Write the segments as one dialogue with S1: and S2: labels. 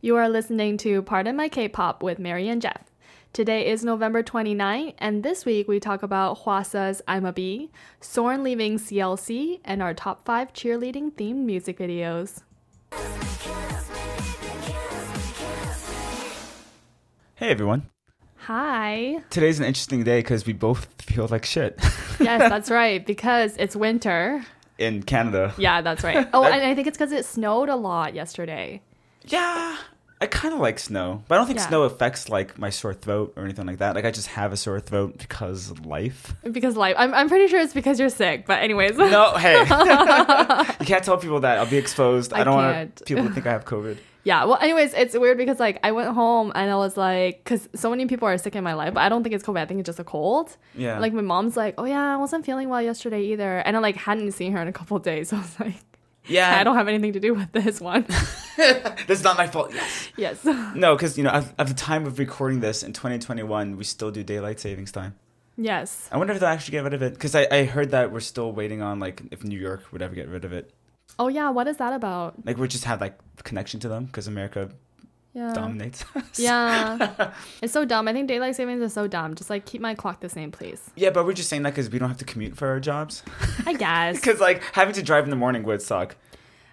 S1: You are listening to Pardon My K-pop with Mary and Jeff. Today is November 29, and this week we talk about Hwasa's I'm a Bee, Soren leaving CLC, and our top 5 cheerleading themed music videos.
S2: Hey everyone.
S1: Hi.
S2: Today's an interesting day because we both feel like shit
S1: Yes, that's right, because it's winter.
S2: in Canada.
S1: Yeah, that's right. Oh, and I think it's because it snowed a lot yesterday.
S2: Yeah, I kind of like snow, but I don't think
S1: Yeah.
S2: snow affects like my sore throat or anything like that. Like I just have a sore throat because of life.
S1: Because life, I'm, I'm pretty sure it's because you're sick, but anyways.
S2: No, hey, you can't tell people that. I'll be exposed. I,
S1: I
S2: don't
S1: can't.
S2: want people to think I have COVID.
S1: Yeah. Well, anyways, it's weird because like I went home and I was like, because so many people are sick in my life, but I don't think it's COVID. I think it's just a cold.
S2: Yeah.
S1: Like my mom's like, oh yeah, I wasn't feeling well yesterday either, and I like hadn't seen her in a couple of days. So I was like,
S2: Yeah,
S1: I don't have anything to do with this one.
S2: That's not my fault. Yes.
S1: yes.
S2: No, because you know, at, at the time of recording this in 2021, we still do daylight savings time.
S1: Yes.
S2: I wonder if they'll actually get rid of it because I, I heard that we're still waiting on like if New York would ever get rid of it.
S1: Oh yeah. What is that about?
S2: like we just have like connection to them because America
S1: Yeah.
S2: dominates. us.
S1: Yeah. it's so dumb. I think daylight savings is so dumb. Just like keep my clock the same, please.
S2: Yeah, but we're just saying that because we don't have to commute for our jobs.
S1: I guess.
S2: Because like having to drive in the morning would suck.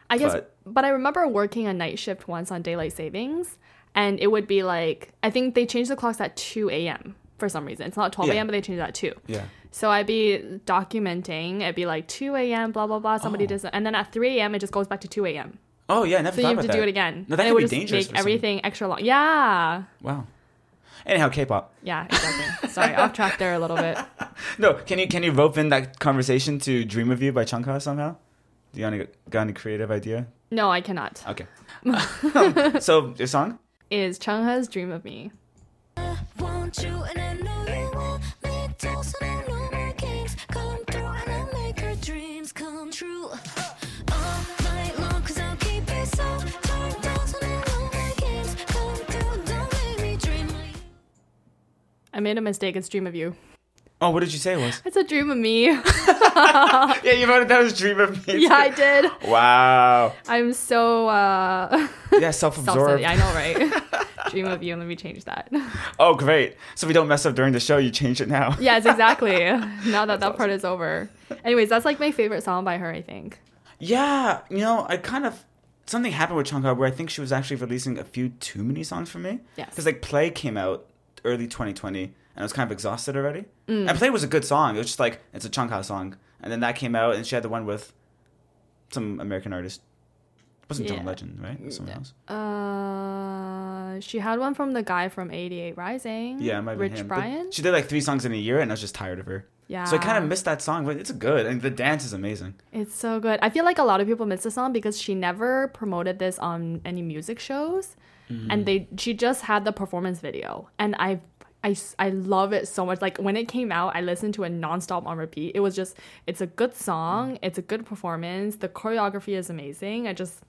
S1: I guess, but,
S2: But-
S1: I remember working a night shift once on daylight savings, and it would be like I think they changed the clocks at two a.m. for some reason. It's not twelve
S2: Yeah.
S1: a.m., but they changed it at two.
S2: Yeah.
S1: So I'd be documenting. It'd be like two a.m. blah blah blah. Somebody
S2: Oh.
S1: does, and then at three a.m. it just goes back to two a.m.
S2: Oh yeah, I never
S1: So you
S2: thought
S1: have
S2: about
S1: to
S2: that.
S1: do it again.
S2: No, that
S1: and
S2: could
S1: it would
S2: be
S1: just
S2: dangerous.
S1: make
S2: for everything.
S1: everything extra long. Yeah.
S2: Wow. Anyhow, K-pop.
S1: Yeah, exactly. Sorry, off track there a little bit.
S2: No, can you can you rope in that conversation to "Dream of You" by Chunka somehow? Do you got any, got any creative idea?
S1: No, I cannot.
S2: Okay. Um, so your song?
S1: Is Chungha's Dream of Me.
S3: want you and I know you want me talks and I know my games come through and I make your dreams come true all night long cause I'll keep it so turned down and I know my games come through don't make me dream like
S1: I made a mistake. It's Dream of You.
S2: Oh, what did you say it was?
S1: It's a dream of me. yeah,
S2: yeah, you voted that was "Dream of Me."
S1: I did.
S2: Wow.
S1: I'm so uh
S2: Yeah,
S1: self
S2: self-absorbed.
S1: yeah, I know, right? Dream of you. Let me change that.
S2: Oh, great. So we don't mess up during the show. You change it now.
S1: Yes, exactly. now that that part is over. Anyways, that's like my favorite song by her. I think.
S2: Yeah, you know, I kind of something happened with Chungha where I think she was actually releasing a few too many songs for me.
S1: Yes.
S2: Because like Play came out early 2020, and I was kind of exhausted already.
S1: Mm.
S2: And Play was a good song. It was just like it's a Chungha song, and then that came out, and she had the one with some American artist. It wasn't
S1: Yeah.
S2: John Legend, right? It was Someone else.
S1: Uh, she had one from the guy from '88 Rising.
S2: Yeah, it might be
S1: Rich
S2: him. But
S1: Brian.
S2: She did like three songs in a year, and I was just tired of her.
S1: yeah.
S2: So I kind of missed that song, but it's good, and the dance is amazing.
S1: It's so good. I feel like a lot of people miss this song because she never promoted this on any music shows, and they she just had the performance video, and I. I, s- I love it so much. Like when it came out, I listened to it nonstop on repeat. It was just, it's a good song. It's a good performance. The choreography is amazing. I just,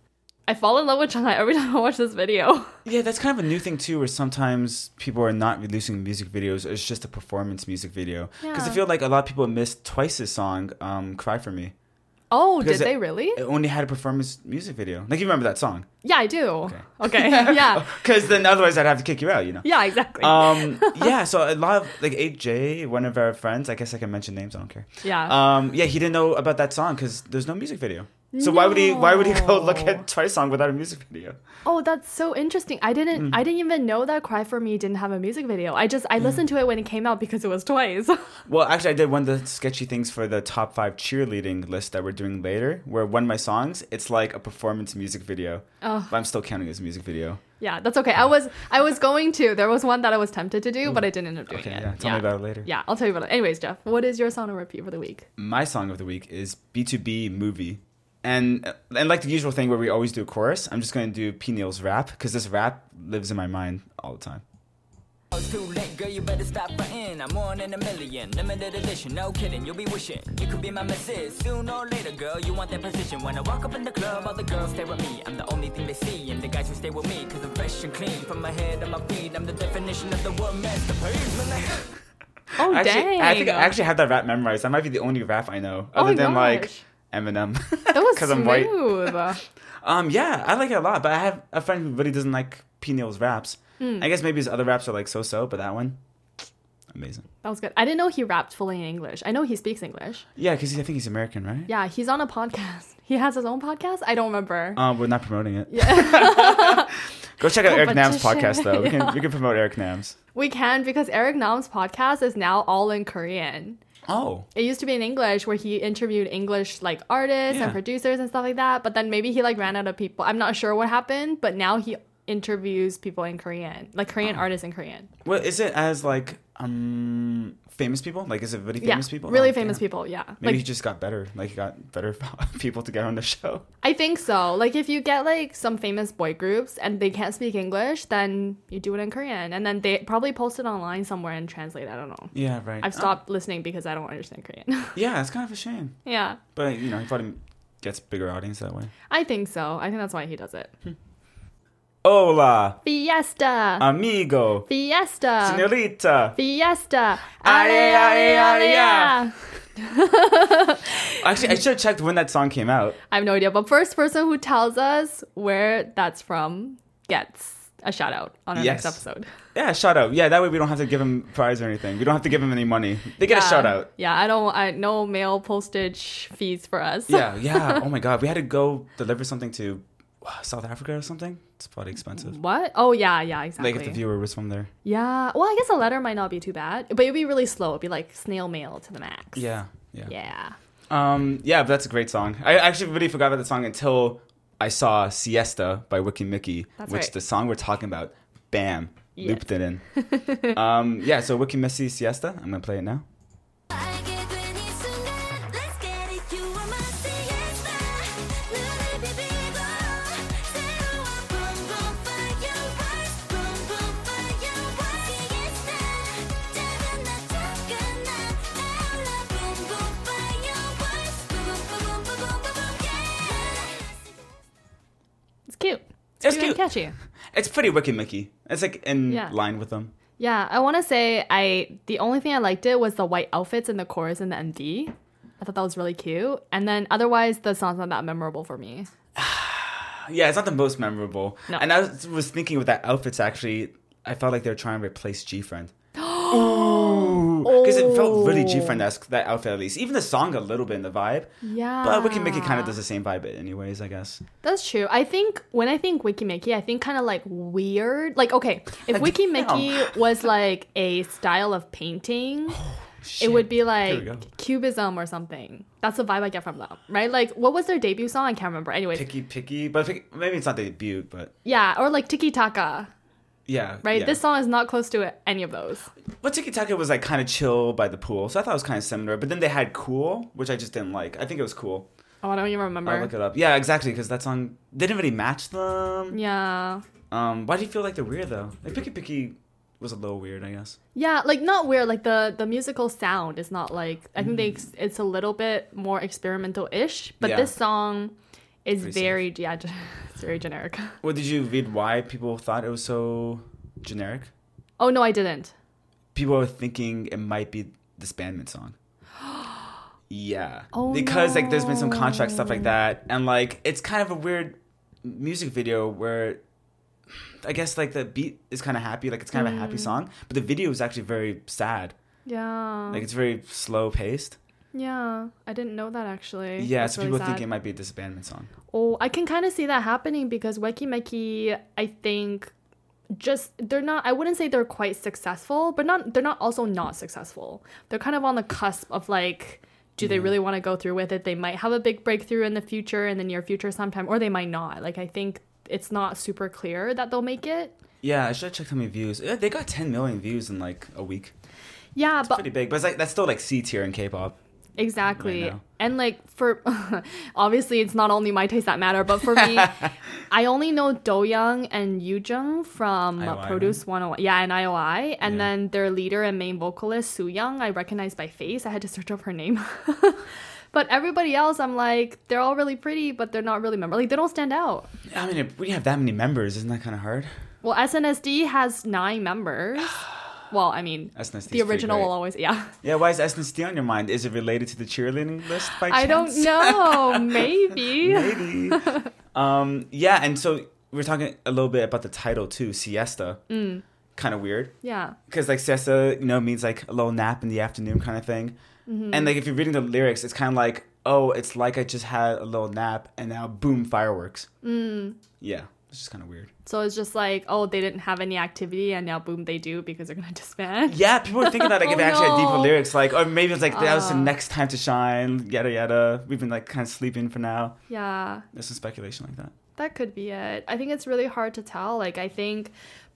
S1: I fall in love with Shanghai every time I watch this video.
S2: Yeah, that's kind of a new thing too, where sometimes people are not releasing music videos. It's just a performance music video. Because
S1: Yeah.
S2: I feel like a lot of people missed Twice's song um, "Cry for Me."
S1: Oh,
S2: Because
S1: did
S2: it-
S1: they really?
S2: It only had a performance music video. Like you remember that song?
S1: yeah, I do. Okay. yeah.
S2: Because then otherwise I'd have to kick you out. You know.
S1: Yeah, exactly.
S2: Um. Yeah. So a lot of like AJ, one of our friends. I guess I can mention names. I don't care.
S1: yeah.
S2: Um. Yeah, he didn't know about that song because there's no music video. So why would he? Why would he go look
S1: No.
S2: at Twice song without a music video?
S1: Oh, that's so interesting. I didn't
S2: Mm.
S1: I didn't even know that Cry for Me didn't have a music video. I just I listened
S2: Mm.
S1: to it when it came out because it was twice.
S2: Well, actually, I did one of the sketchy things for the top five cheerleading list that we're doing later, where one of my songs, it's like a performance music video.
S1: Oh.
S2: But I'm still counting it as a music video.
S1: yeah, that's okay.
S2: Ah.
S1: I was I was going to. There was one that I was tempted to do, but I didn't end up doing
S2: Mm. Okay,
S1: it.
S2: yeah, tell me about it later.
S1: Yeah, I'll tell you about it. Anyways, Jeff, what is your song on repeat for the week?
S2: My song of the week is B2B Movie. And, and like the usual thing where we always do a chorus, I'm just going to do P. Neal's rap, because this rap lives in my mind all the time.
S4: Oh, It's too late, girl, you better stop fighting. I'm one in a million, limited edition, no kidding, you'll be wishing. You could be my missus, soon or later, girl, you want that position. When I walk up in the club, all the girls stare at me. I'm the only thing they see, and the guys who stay with me, cause I'm fresh and clean. From my head to my feet, I'm the definition of the word masterpiece. When I-
S1: Oh
S2: Actually,
S1: dang.
S2: I think I actually have that rap memorized. That might be the only rap I know,
S1: Oh
S2: other
S1: my
S2: than like
S1: gosh.
S2: Eminem.
S1: that was
S2: 'cause I'm white.
S1: smooth.
S2: Um, yeah, I like it a lot, but I have a friend who really doesn't like P. Neal's raps.
S1: Hmm.
S2: I guess maybe his other raps are like so so, but that one, amazing.
S1: That was good. I didn't know he rapped fully in English. I know he speaks English.
S2: Yeah, because I think he's American, right?
S1: Yeah, he's on a podcast. He has his own podcast. I don't remember.
S2: Um, we're not promoting it. Yeah. Go check out Eric Nam's
S1: Competition.
S2: podcast though. We can we can promote Eric Nam's.
S1: we can because Eric Nam's podcast is now all in Korean.
S2: Oh,
S1: It used to be in English where he interviewed English like artists
S2: Yeah.
S1: and producers and stuff like that. But then maybe he like ran out of people. I'm not sure what happened, but now he interviews people in Korean, like Korean artists in Korean.
S2: well, is it as like um famous people? Like, is it really
S1: Yeah,
S2: famous people?
S1: really
S2: Oh,
S1: famous
S2: damn.
S1: people. Yeah,
S2: Maybe
S1: like
S2: he just got better. Like, he got better people to get on the show.
S1: I think so. Like if you get like some famous boy groups and they can't speak English, then you do it in Korean, and then they probably post it online somewhere and translate. I don't know.
S2: Yeah, right.
S1: I've
S2: Oh,
S1: stopped listening because I don't understand Korean.
S2: yeah, it's kind of a shame,
S1: yeah,
S2: but you know, he probably gets a bigger audience that way.
S1: I think so. I think that's why he does it.
S2: Hmm. Hola,
S1: Fiesta,
S2: Uh, amigo,
S1: fiesta,
S2: señorita.
S1: fiesta.
S2: Aye,
S1: Ale,
S2: aye,
S1: ale, ale,
S2: aye,
S1: yeah.
S2: Actually, I should have checked when that song came out.
S1: I have no idea, but first person who tells us where that's from gets a shout out on our
S2: Yes.
S1: next episode.
S2: Yeah, shout out. Yeah, that way we don't have to give him prize or anything. We don't have to give him any money. They get a
S1: Yeah.
S2: shout out.
S1: Yeah, I don't. I no mail postage fees for us.
S2: Yeah, yeah. Oh my God, we had to go deliver something to uh, South Africa or something. It's probably expensive.
S1: What? Oh yeah, yeah, exactly.
S2: Like if the viewer was from there.
S1: yeah. Well, I guess a letter might not be too bad, but it'd be really slow. It'd be like snail mail to the max.
S2: Yeah, yeah.
S1: Yeah.
S2: Um, yeah, but that's a great song. I actually really forgot about the song until I saw Siesta by Wiki Mickey,
S1: That's
S2: which
S1: right.
S2: the song we're talking about, bam,
S1: Yeah.
S2: looped it in. um, yeah, so Wiki Mickey Siesta. I'm gonna play it now.
S3: 알게 된 이 순간 Let's get it you are my siesta 눈을 비비고 새로운 boom boom fireworks boom boom fireworks siesta 작은 나 작은 나 I love boom boom fireworks boom boom boom boom boom boom yeah
S1: It's cute.
S2: It's
S1: and
S2: cute.
S1: catchy.
S2: It's pretty Wiki Mickey. It's like in
S1: Yeah.
S2: line with them.
S1: Yeah, I want to say I the only thing I liked it was the white outfits and the chorus and the MV. I thought that was really cute. And then otherwise, the song's not that memorable for me.
S2: Yeah, it's not the most memorable.
S1: No.
S2: And I was, was thinking with that outfits actually, I felt like they were trying to replace G Friend. Because it felt really G Friend esque that outfit at least. Even the song a little bit in the vibe.
S1: Yeah.
S2: But Wiki Mickey
S1: Ah.
S2: kind of does the same vibe anyways, I guess.
S1: That's true. I think when I think Wiki Mickey, I think kind of like weird. Like, okay, if Wiki Mickey was like a style of painting, it would be
S2: Oh, we go.
S1: like cubism or something. That's the vibe I get from them, right? Like, what was their debut song? I can't remember. Anyways,
S2: Picky picky. But picky, maybe it's not the debut, but
S1: yeah, or like Tiki Taka,
S2: yeah.
S1: right?
S2: yeah.
S1: This song is not close to any of those.
S2: But Tiki Taka was like kind of chill by the pool, so I thought it was kind of similar. But then they had Cool, which I just didn't like. I think it was Cool.
S1: Oh, I don't even
S2: I'll look
S1: remember.
S2: it up. Yeah, exactly, because that song they didn't really match them.
S1: Yeah.
S2: Um, why do you feel like they're weird though? Like Picky Picky was a little weird, I guess.
S1: Yeah, like not weird. Like the the musical sound is not like I think
S2: Mm.
S1: they ex- it's a little bit more experimental ish. But
S2: Yeah.
S1: this song is
S2: Pretty
S1: very yeah, gen- it's very generic.
S2: Well, did you read why people thought it was so generic?
S1: Oh no, I didn't.
S2: People were thinking it might be this bandman song. yeah.
S1: Oh,
S2: because like there's been some contract stuff like that, and like it's kind of a weird music video where I guess like the beat is kind of happy, like it's kind of a
S1: Mm.
S2: happy song, but the video is actually very sad.
S1: Yeah.
S2: Like it's very slow paced.
S1: yeah, I didn't know that actually.
S2: Yeah,
S1: That's
S2: so
S1: really sad.
S2: people think it might be a disbandment song.
S1: Oh, I can kind of see that happening because Weki Meki, I think just they're not I wouldn't say they're quite successful, but not they're not also not successful. They're kind of on the cusp of like do they really want to go through with it? They might have a big breakthrough in the future in the near future sometime or they might not. Like I think it's not super clear that they'll make it.
S2: Yeah, I should have checked how many views. Eh, They got 10 million views in like a week.
S1: Yeah, but
S2: Pretty big, but it's like that's still like C tier in K-pop.
S1: Exactly.
S2: right now.
S1: and like for obviously it's not only my taste that matter, but for me I only know Do Young and Yoo Jung from
S2: IOI, right?
S1: Produce 101. Yeah, and IOI. And
S2: Yeah.
S1: then their leader and main vocalist, Soo Young, I recognized by face. I had to search up her name. but everybody else, I'm like, they're all really pretty, but they're not really memorable. Like they don't stand out.
S2: I mean, if we have that many members, isn't that kind of hard?
S1: Well, SNSD has nine members. Well, I mean,
S2: SNSD is
S1: the
S2: pretty
S1: original
S2: great.
S1: will always, yeah.
S2: Yeah, why is SNSD on your mind? Is it related to the cheerleading list by chance?
S1: I don't know. Maybe.
S2: Maybe. Um, yeah, and so we were talking a little bit about the title too, siesta. Mm. Kind of weird
S1: Yeah.
S2: because like siesta, you know, means like a little nap in the afternoon kind of thing. And like if you're reading the lyrics, it's kind of like, oh, it's like I just had a little nap and now boom, fireworks. Mm. Yeah, it's just kind of weird.
S1: So it's just like, oh, they didn't have any activity, and now boom, they do because they're gonna disband.
S2: Yeah, people were thinking that like if
S1: Oh,
S2: it actually had deeper
S1: no.
S2: lyrics, like or maybe it's like that was the next time to shine, yada yada. We've been like kind of sleeping for now.
S1: Yeah,
S2: There's some speculation like that.
S1: that could be it. I think it's really hard to tell. Like, I think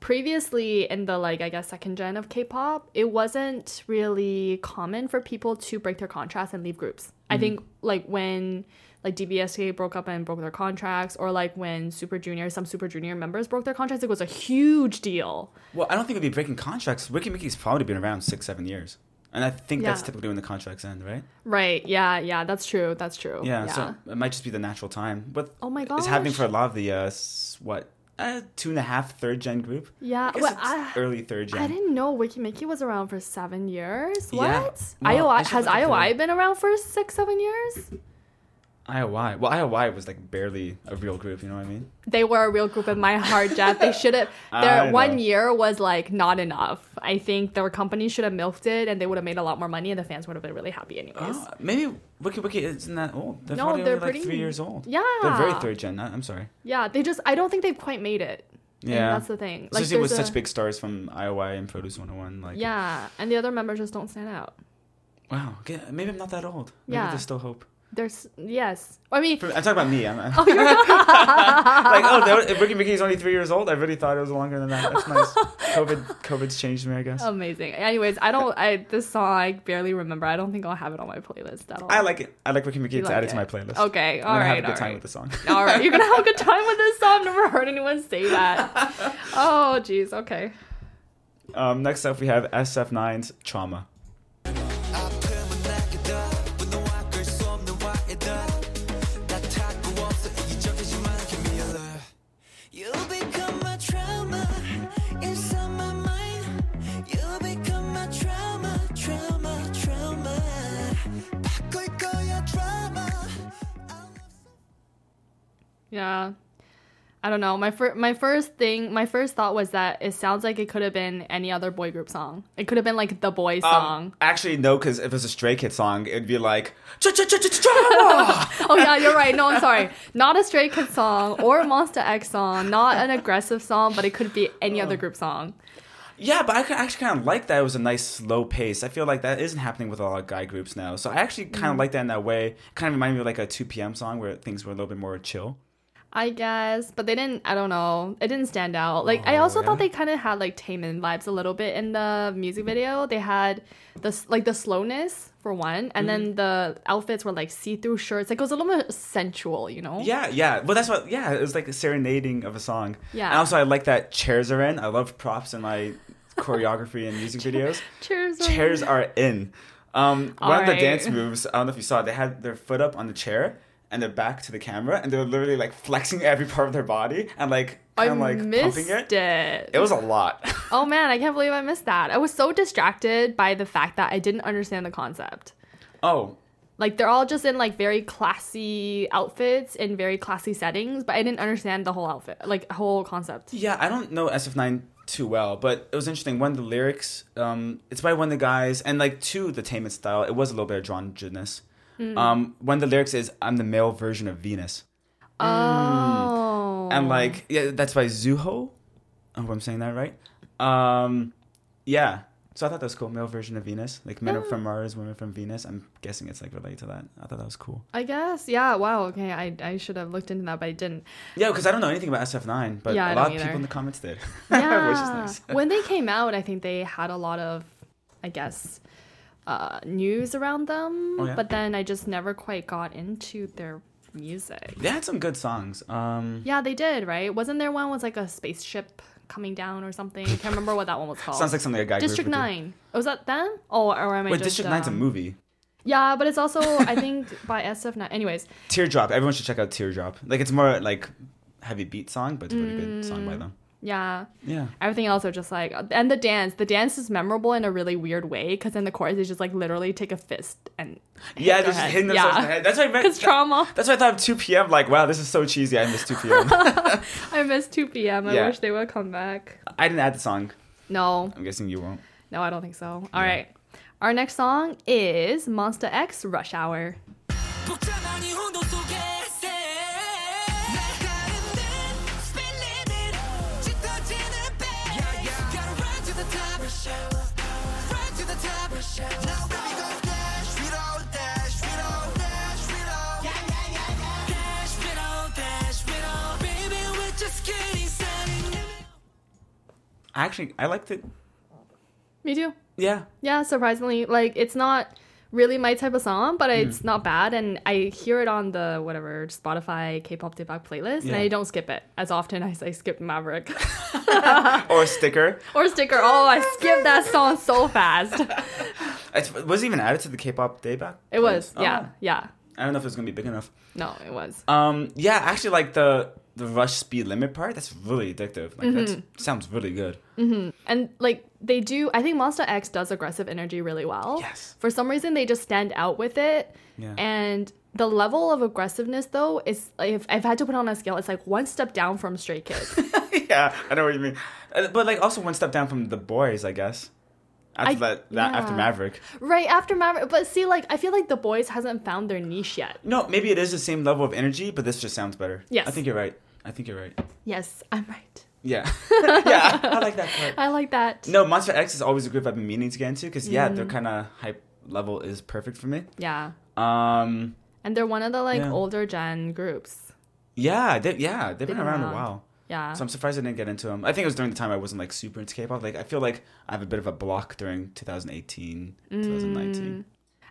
S1: previously in the like I guess second gen of K-pop, it wasn't really common for people to break their contracts and leave groups. I think like when like DBSK broke up and broke their contracts, or like when Super Junior, some Super Junior members broke their contracts, it was a huge deal.
S2: Well, I don't think we'd be breaking contracts. Ricky Mickey's probably been around six, seven years, and I think that's
S1: Yeah.
S2: typically when the contracts end, right?
S1: Right? Yeah, yeah, that's true. That's true.
S2: Yeah, so it might just be the natural time. But
S1: Oh my
S2: it's happening
S1: gosh.
S2: for a lot of the uh, s- what uh, two and a half third gen group.
S1: Yeah,
S2: I
S1: Uh,
S2: guess
S1: well,
S2: it's
S1: I-
S2: early third gen.
S1: I didn't know Wiki Mickey was around for seven years. What?
S2: Yeah. Well, I
S1: IOI
S2: should
S1: has
S2: look into
S1: IOI
S2: it.
S1: been around for six, seven years?
S2: IOI. Well, IOI was like barely a real group. You know what I mean?
S1: They were a real group in my heart, Jeff. They should have.
S2: I
S1: Their one
S2: know.
S1: year was like not enough. I think their company should have milked it, and they would have made a lot more money, and the fans would have been really happy anyways.
S2: Oh, maybe Wiki Wiki isn't that old. They're
S1: No,
S2: probably
S1: they're
S2: only, like
S1: pretty-
S2: three years old.
S1: Yeah.
S2: They're very third gen. not- I'm sorry.
S1: Yeah, they just. I don't think they've quite made it. And
S2: Yeah.
S1: that's the thing. Like,
S2: Especially with
S1: there's
S2: such
S1: a-
S2: big stars from IOI and Produce 101. Like,
S1: Yeah, and the other members just don't stand out.
S2: wow. okay, Maybe I'm not that old. Maybe
S1: Yeah.
S2: there's still hope.
S1: There's yes. I mean,
S2: For- I'm talking about me. I'm,
S1: Oh,
S2: I'm- like, oh, that was, if Ricky Mickey's only three years old, I really thought it was longer than that. That's nice. COVID, COVID's changed me, I guess.
S1: amazing. Anyways, I don't. I this song I barely remember. I don't think I'll have it on my playlist at all.
S2: I like it. I like Ricky Mickey
S1: You
S2: to
S1: like
S2: add it
S1: it.
S2: to my playlist.
S1: Okay,
S2: I'm
S1: all
S2: gonna
S1: right,
S2: have a
S1: all
S2: good time
S1: right.
S2: with the song.
S1: all right, you're gonna have a good time with this song. I've never heard anyone say that. Oh, jeez. Okay.
S2: Um, next up, we have SF9's Trauma.
S5: 아픔은 나에다 분노 아낄 수 없는 화에다 나 타고 없어 이기적이지만 give me a love You become my trauma inside my mind You become my trauma trauma trauma 바꿀 거야 trauma
S1: Yeah. I don't know. My fir- my first thing, my first thought was that it sounds like it could have been any other boy group song. It could have been like the boy
S2: Um,
S1: song.
S2: actually, no, because if it was a Stray Kid song, it'd be like Trauma.
S1: oh yeah, you're right. No, I'm sorry. Not a Stray Kids song or a Monster X song. Not an aggressive song, but it could be any other group song.
S2: yeah, but I ki- actually kind of like that. It was a nice slow pace. I feel like that isn't happening with a lot of guy groups now. So I actually kind
S1: Mm.
S2: of like that in that way. Kind of reminded me of like a 2 p.m. song where things were a little bit more chill.
S1: I guess, but they didn't. I don't know. It didn't stand out. Like
S2: Oh,
S1: I also thought they kind of had like Taemin vibes a little bit in the music video. They had the s- like the slowness for one, and
S2: Mm-hmm.
S1: then the outfits were like see-through shirts. Like it was a little bit sensual, you know?
S2: Yeah, yeah. Well, that's what. Yeah, it was like a serenading of a song.
S1: Yeah.
S2: And also, I like that chairs are in. I love props in my choreography and music videos.
S1: Cheers.
S2: Chairs are in. Um, one of
S1: Alright.
S2: the dance moves. I don't know if you saw. it, They had their foot up on the chair and their back to the camera, and they were literally like flexing every part of their body and like
S1: I
S2: kind of like
S1: missed
S2: pumping it.
S1: it.
S2: It was a lot.
S1: Oh man, I can't believe I missed that. I was so distracted by the fact that I didn't understand the concept.
S2: oh,
S1: Like they're all just in like very classy outfits in very classy settings, but I didn't understand the whole outfit, like whole concept.
S2: Yeah, I don't know SF9 too well, but it was interesting. One, the lyrics, um, it's by one of the guys, and like two, the Tainment style, it was a little bit androgynous.
S1: Mm.
S2: Um, one of the lyrics is, I'm the male version of Venus.
S1: Oh.
S2: And like, yeah, that's by Zuho. I hope I'm saying that right. Um, yeah. So I thought that was cool. Male version of Venus. Like men are from
S1: Mm.
S2: Mars, women from Venus. I'm guessing it's like related to that. I thought that was cool.
S1: I guess. Yeah. Wow. Okay. I, I should have looked into that, but I didn't.
S2: Yeah, because I don't know anything about SF9, but
S1: Yeah, I
S2: a
S1: don't
S2: lot of people
S1: either.
S2: in the comments did.
S1: Yeah.
S2: Which is nice.
S1: when they came out, I think they had a lot of, I guess, uh, news around them.
S2: Oh, yeah?
S1: But then I just never quite got into their music.
S2: They had some good songs. Um,
S1: Yeah, they did. Right? Wasn't there one was like a spaceship coming down or something? I can't remember what that one was called.
S2: sounds like something a guy group
S1: District
S2: would do.
S1: Nine. Oh, was that them? Oh, or am I
S2: Wait,
S1: just,
S2: District Nine's a
S1: um,
S2: movie.
S1: Yeah, but it's also I think by SF Nine. Anyways, Mm.
S2: Teardrop. Everyone should check out Teardrop. Like it's more like heavy beat song, but it's a really good song by them.
S1: Yeah.
S2: Yeah.
S1: Everything else are just like, and the dance. The dance is memorable in a really weird way because in the chorus they just like literally take a fist and hit their
S2: Yeah, they're just
S1: heads.
S2: hitting themselves
S1: yeah.
S2: in the head. That's why I meant-
S1: 'Cause trauma.
S2: That's why I thought of 2 p.m. Like, wow, this is so cheesy. I missed 2 p.m.
S1: I missed 2 p.m. I
S2: Yeah.
S1: wish they would come back.
S2: I didn't add the song.
S1: No,
S2: I'm guessing you won't.
S1: no, I don't think so. All right, Our next song is Monster X Rush Hour.
S5: 복잡한 이 혼돈 속에서 날카로운 듯 spinning it 짙어지는 bass Gotta run to the top Run to the top Now let me go dash 위로 dash 위로 dash 위로 Dash 위로 dash 위로 Baby we're just getting started
S2: I actually, I liked it.
S1: Me too.
S2: Yeah.
S1: Yeah, surprisingly, like it's not really my type of song, but
S2: Mm.
S1: it's not bad, and I hear it on the whatever Spotify K-pop Debug playlist, and
S2: Yeah.
S1: I don't skip it as often as I skip Maverick.
S2: Or a sticker.
S1: or sticker. Oh, I skipped that song so fast.
S2: It was even added to the K-pop day back.
S1: It was,
S2: Oh.
S1: yeah, yeah.
S2: I don't know if it was gonna be big enough.
S1: No, it was.
S2: Um, yeah, actually, like the the rush speed limit part. That's really addictive. Like
S1: Mm-hmm.
S2: that sounds really good.
S1: And like they do, I think Monster X does aggressive energy really well.
S2: Yes.
S1: For some reason, they just stand out with it.
S2: Yeah.
S1: And the level of aggressiveness, though, is like, if I've had to put on a scale, it's like one step down from Stray Kids.
S2: yeah, I know what you mean. Uh, But like also one step down from the boys, I guess. After
S1: I-
S2: that, that after
S1: yeah.
S2: Maverick.
S1: right after Maverick, but see, like I feel like the boys hasn't found their niche yet.
S2: No, maybe it is the same level of energy, but this just sounds better.
S1: Yes.
S2: I think you're right. I think you're right.
S1: Yes, I'm right.
S2: Yeah, yeah, I like that part.
S1: I like that.
S2: No, Monster X is always a group I've been meaning to get into because yeah,
S1: Mm.
S2: their kind of hype level is perfect for me.
S1: Yeah.
S2: Um,
S1: And they're one of the like
S2: Yeah.
S1: older gen groups.
S2: yeah, they, yeah, they've been,
S1: been
S2: around,
S1: around.
S2: a while.
S1: Yeah.
S2: So I'm surprised I didn't get into them. I think it was during the time I wasn't like super into K-pop. Like I feel like I have a bit of a block during 2018,
S1: Mm,
S2: 2019.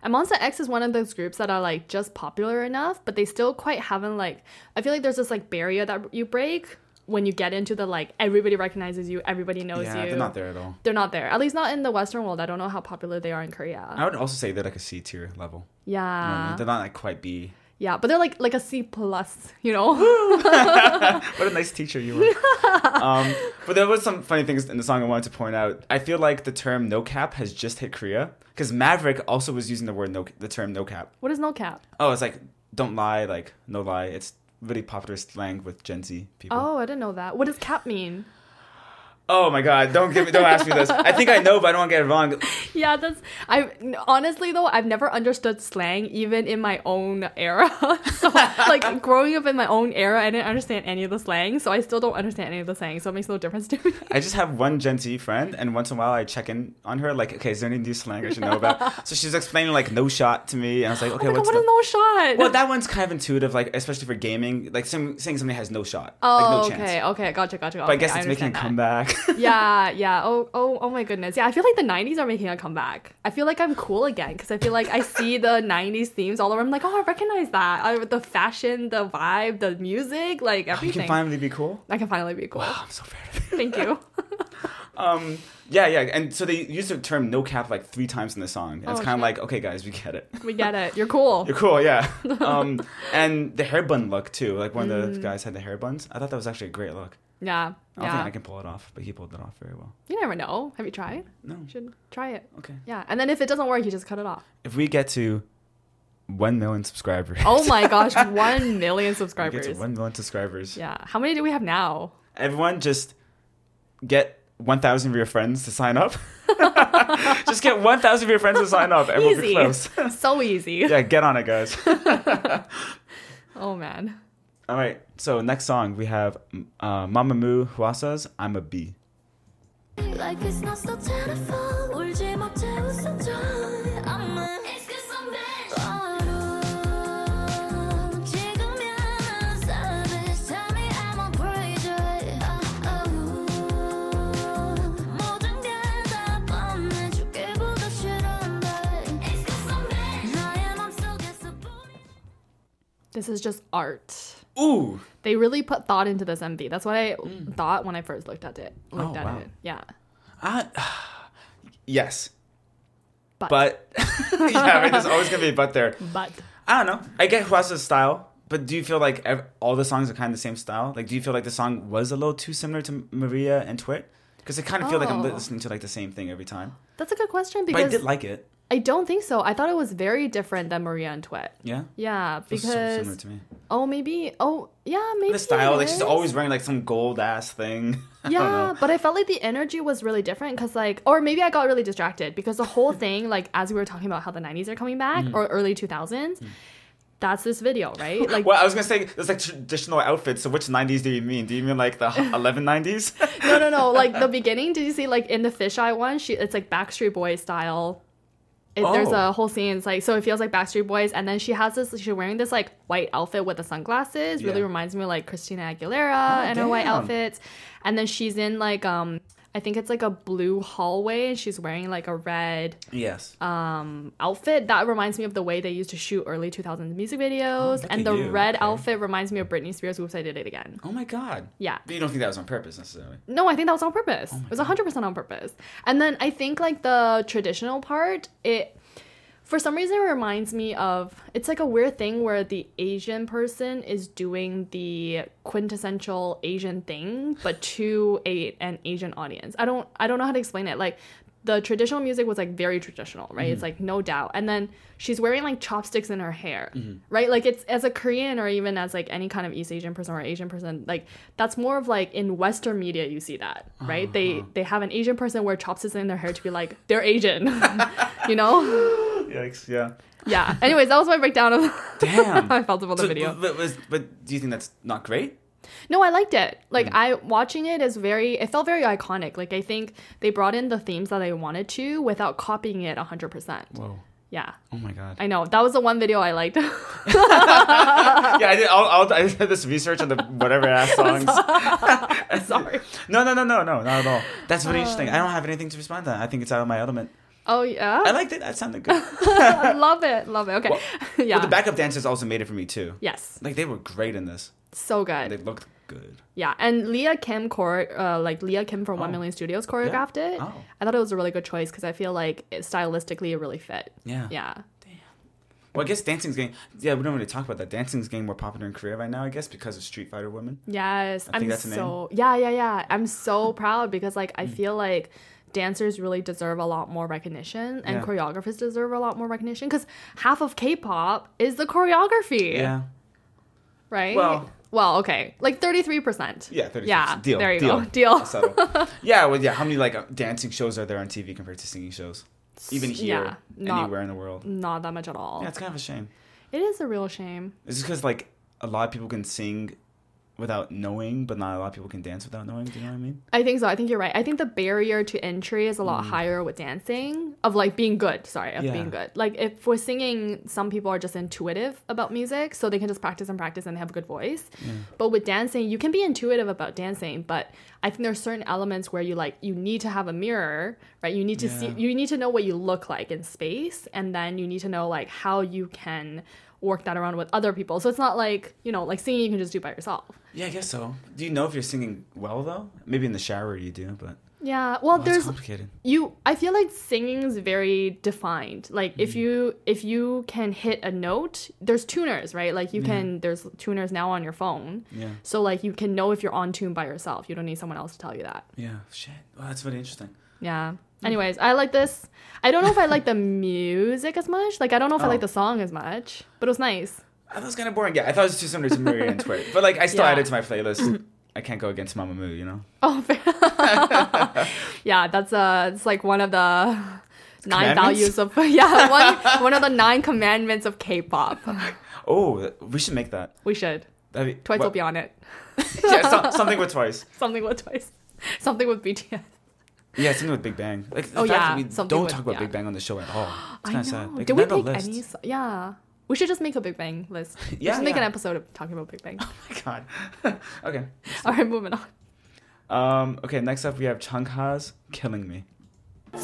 S1: And Monster X is one of those groups that are like just popular enough, but they still quite haven't like. I feel like there's this like barrier that you break when you get into the like everybody recognizes you, everybody knows
S2: Yeah,
S1: you.
S2: they're not there at all.
S1: They're not there. At least not in the Western world. I don't know how popular they are in Korea.
S2: I would also say they're like a C tier level. You know what I mean?
S1: yeah,
S2: They're not like quite B.
S1: yeah, but they're like like a C plus, you know.
S2: What a nice teacher you were. um, but there was some funny things in the song I wanted to point out. I feel like the term "no cap" has just hit Korea because Maverick also was using the word "no," the term "no cap."
S1: what is no cap?
S2: Oh, it's like don't lie, like no lie. It's really popular slang with Gen Z people.
S1: Oh, I didn't know that. What does cap mean?
S2: Oh my god, don't give me don't ask me this. I think I know, but I don't want to get it wrong.
S1: Yeah, that's I honestly though I've never understood slang even in my own era. so like growing up in my own era, I didn't understand any of the slang, so I still don't understand any of the slang. So it makes no difference to me.
S2: I just have one Gen Z friend and once in a while I check in on her, like, okay, is there any new slang I should know about? so she's explaining like no shot to me and I was like, Okay,
S1: Oh my God,
S2: what's
S1: what
S2: the
S1: is no shot?
S2: Well, that one's kind of intuitive, like especially for gaming, like some, saying somebody has no shot,
S1: oh,
S2: like
S1: okay,
S2: no
S1: Oh,
S2: chance.
S1: okay, gotcha, gotcha.
S2: But I guess it's making a comeback.
S1: yeah, yeah. Oh, oh, oh my goodness. Yeah, I feel like the '90s are making a comeback. I feel like I'm cool again because I feel like I see the '90s themes all over. I'm like, oh, I recognize that. I, the fashion, the vibe, the music, like
S2: Ah, you
S1: everything.
S2: can finally be cool.
S1: I can finally be cool.
S2: I'm so proud of you.
S1: Thank you.
S2: Um, yeah, yeah, and so they use the term "no cap" like three times in the song. And it's
S1: Oh,
S2: kind of
S1: shit.
S2: like, okay, guys, we get it.
S1: We get it. You're cool.
S2: You're cool, yeah. Um, and the hair bun look too. Like one
S1: Mm.
S2: of the guys had the hair buns. I thought that was actually a great look.
S1: Yeah.
S2: I don't
S1: Yeah.
S2: think I can Mm. pull it off, but he pulled it off very well.
S1: You never know. Have you tried?
S2: No.
S1: You should try it.
S2: Okay.
S1: Yeah. And then if it doesn't work, you just cut it off.
S2: If we get to one million subscribers,
S1: Oh my gosh, 1 million
S2: If we get
S1: subscribers.
S2: to one million subscribers.
S1: yeah. How many do we have now?
S2: Everyone just get 1,000 of your friends to sign up. just get 1,000 of your friends to sign up and we'll be
S1: Easy.
S2: close.
S1: so easy.
S2: yeah, get on it, guys.
S1: Oh man.
S2: All right, so next song we have uh, Mamamoo Huasa's I'm a Bee.
S3: Life is not so terrible. 울지 못해 웃어줘. I'm a 바로 지금이야 Savage. Tell me I'm a crazy. Oh, oh. 모든 게다 뻔해죽기보다 싫은데. 나의 맘속에서 보이는
S1: This is just art.
S2: Ooh!
S1: They really put thought into this MV. That's what I thought when I first looked at it. Looked
S2: Mm. Oh,
S1: at
S2: wow.
S1: it. Yeah.
S2: I, yes,
S1: But
S2: but. yeah, right, there's always going to be a but there.
S1: but
S2: I don't know. I get Huasa's style. But do you feel like ev- all the songs are kind of the same style? Like, do you feel like the song was a little too similar to Maria and Twit? Because I kind of feel like I'm
S1: Oh.
S2: listening to like the same thing every time.
S1: That's a good question
S2: But I
S1: because
S2: did like it.
S1: I don't think so. I thought it was very different than Maria Antoinette.
S2: Yeah.
S1: Yeah,
S2: It was so
S1: because
S2: similar to me.
S1: oh maybe oh yeah maybe
S2: The style,
S1: it
S2: like she's
S1: is.
S2: always wearing like some gold ass thing. I don't
S1: yeah,
S2: know.
S1: but I felt like the energy was really different because, like, or maybe I got really distracted because the whole thing, like, as we were talking about how the 90s are coming back
S2: Mm.
S1: or early 2000s, that's this video, right? Like,
S2: Well, I was gonna say there's like traditional outfits. So which '90s do you mean? Do you mean like the 11 '90s?
S1: no, no, no. Like, the beginning, did you see, like, in the fisheye one, she it's like Backstreet Boys style. It, There's a
S2: Oh.
S1: whole scene. It's like, so it feels like Backstreet Boys. And then she has this, she's wearing this, like, white outfit with the sunglasses. Really
S2: Yeah. Oh,
S1: reminds me of, like, Christina Aguilera and her white
S2: damn.
S1: outfits. And then she's in, like, um, I think it's like a blue hallway and she's wearing like a red
S2: yes.
S1: Uh, outfit that reminds me of the way they used to shoot early 2000s music videos
S2: look
S1: and
S2: at
S1: the
S2: you,
S1: red
S2: okay.
S1: outfit reminds me of britney spears whoops i did it again
S2: oh my god.
S1: yeah.
S2: But you don't think that was on purpose necessarily?
S1: no i think that was on purpose
S2: Oh
S1: it was 100% on purpose and then i think like the traditional part it for some reason it reminds me of it's like a weird thing where the asian person is doing the quintessential asian thing but to a, an asian audience i don't i don't know how to explain it like the traditional music was like very traditional right it's like no doubt and then she's wearing like chopsticks in her hair right like it's as a korean or even as like any kind of east asian person or asian person like that's more of like in western media you see that right they they have an asian person wear chopsticks in their hair to be like they're asian you know
S2: Yikes! Yeah.
S1: yeah. Anyways, that was my breakdown of
S2: Damn.
S1: how I felt about the
S2: So,
S1: video.
S2: But, but, but do you think that's not great?
S1: No, I liked it. Like I watching it is very it felt very iconic. Like I think they brought in the themes that I wanted to without copying it 100%.
S2: Whoa.
S1: Yeah.
S2: Oh my god.
S1: I know. That was the one video I liked.
S2: yeah, I did. I'll, I'll, I did this research on the whatever ass songs.
S1: Sorry.
S2: No, no, no, no, no, not at all. That's really interesting. I don't have anything to respond to. I think it's out of my element.
S1: Oh
S2: I
S1: yeah.
S2: liked it. That sounded good.
S1: I love it. Love it. Okay.
S2: Well-
S1: yeah.
S2: But the backup dancers also made it for me too.
S1: yes.
S2: Like they were great in this.
S1: So good.
S2: They looked good.
S1: Yeah, and Leah Kim chore- uh, like Leah Kim from One
S2: Oh.
S1: Million Studios choreographed it.
S2: Oh.
S1: I thought it was a really good choice because I feel like it, stylistically it really fit.
S2: Yeah.
S1: Yeah,
S2: Well, I guess dancing's getting. Yeah, we don't really talk about that. Dancing's getting more popular in Korea right now, I guess, because of Street Fighter Women.
S1: Yes,
S2: I
S1: I'm
S2: think that's the name.
S1: so
S2: Mm.
S1: yeah, yeah, yeah. I'm so proud because like I feel like dancers really deserve a lot more recognition and
S2: Yeah.
S1: choreographers deserve a lot more recognition because half of K-pop is the choreography,
S2: Yeah.
S1: right?
S2: Well-
S1: well, okay, like 33 percent.
S2: Yeah, 36.
S1: Yeah,
S2: deal.
S1: There you
S2: deal.
S1: go. Deal.
S2: Settle. yeah, well, yeah. How many like uh, dancing shows are there on TV compared to singing shows? Even
S1: yeah,
S2: here,
S1: not-
S2: anywhere in the world.
S1: Not that much at all.
S2: Yeah, it's kind of a shame.
S1: It is a real shame.
S2: It's just because like a lot of people can sing without knowing, but not a lot of people can dance without knowing. Do you know what I mean?
S1: I think so. I think you're right. I think the barrier to entry is a lot higher with dancing, of like being good. Sorry, of
S2: Mm. Yeah.
S1: being good. Like if we're singing, some people are just intuitive about music, so they can just practice and practice and they have a good voice. But with dancing, you can be intuitive about dancing, but I think there's certain elements where you like you need to have a mirror, right? You need to see,
S2: Yeah.
S1: you need to know what you look like in space, and then you need to know like how you can work that around with other people. So it's not like you know, like singing you can just do by yourself.
S2: Yeah, I guess so. Do you know if you're singing well though? Maybe in the shower you do, but
S1: Yeah. Well,
S2: oh, it's
S1: there's
S2: complicated.
S1: you i feel like singing is very defined like if
S2: Mm-hmm.
S1: you if you can hit a note there's tuners right like you can there's tuners now on your phone
S2: Mm-hmm. Yeah.
S1: so like you can know if you're on tune by yourself you don't need someone else to tell you that
S2: Yeah, shit. Well, that's really interesting.
S1: yeah
S2: Mm-hmm.
S1: anyways i like this i don't know if i like the music as much like i don't know if i
S2: Oh.
S1: like the song as much but it was nice
S2: I thought it was kind of boring. Yeah, I thought it was too similar to Maria and Twitter, but like I still
S1: Yeah.
S2: added to my playlist. I can't go against Mamamoo, you know.
S1: oh yeah that's uh it's like one of the nine
S2: Commandments?
S1: values of yeah one one of the nine commandments of k-pop
S2: Oh, we should make that.
S1: we should
S2: That'd be,
S1: twice
S2: what-
S1: will be on it
S2: yeah, so, something with twice.
S1: Something with Twice. Something with BTS.
S2: Yeah, something with Big Bang. Like the
S1: Oh,
S2: fact
S1: yeah,
S2: that we
S1: something
S2: don't
S1: with-
S2: talk about
S1: yeah.
S2: Big Bang on the show at all. It's kind of sad. Like,
S1: Did we
S2: not on
S1: pick
S2: the list.
S1: any? So- yeah. We should just make a Big Bang list.
S2: Yeah,
S1: Just make an
S2: yeah.
S1: episode of talking about Big Bang.
S2: God. okay.
S1: All right, moving on.
S2: Um, okay, next up we have Chungha's Killing Me.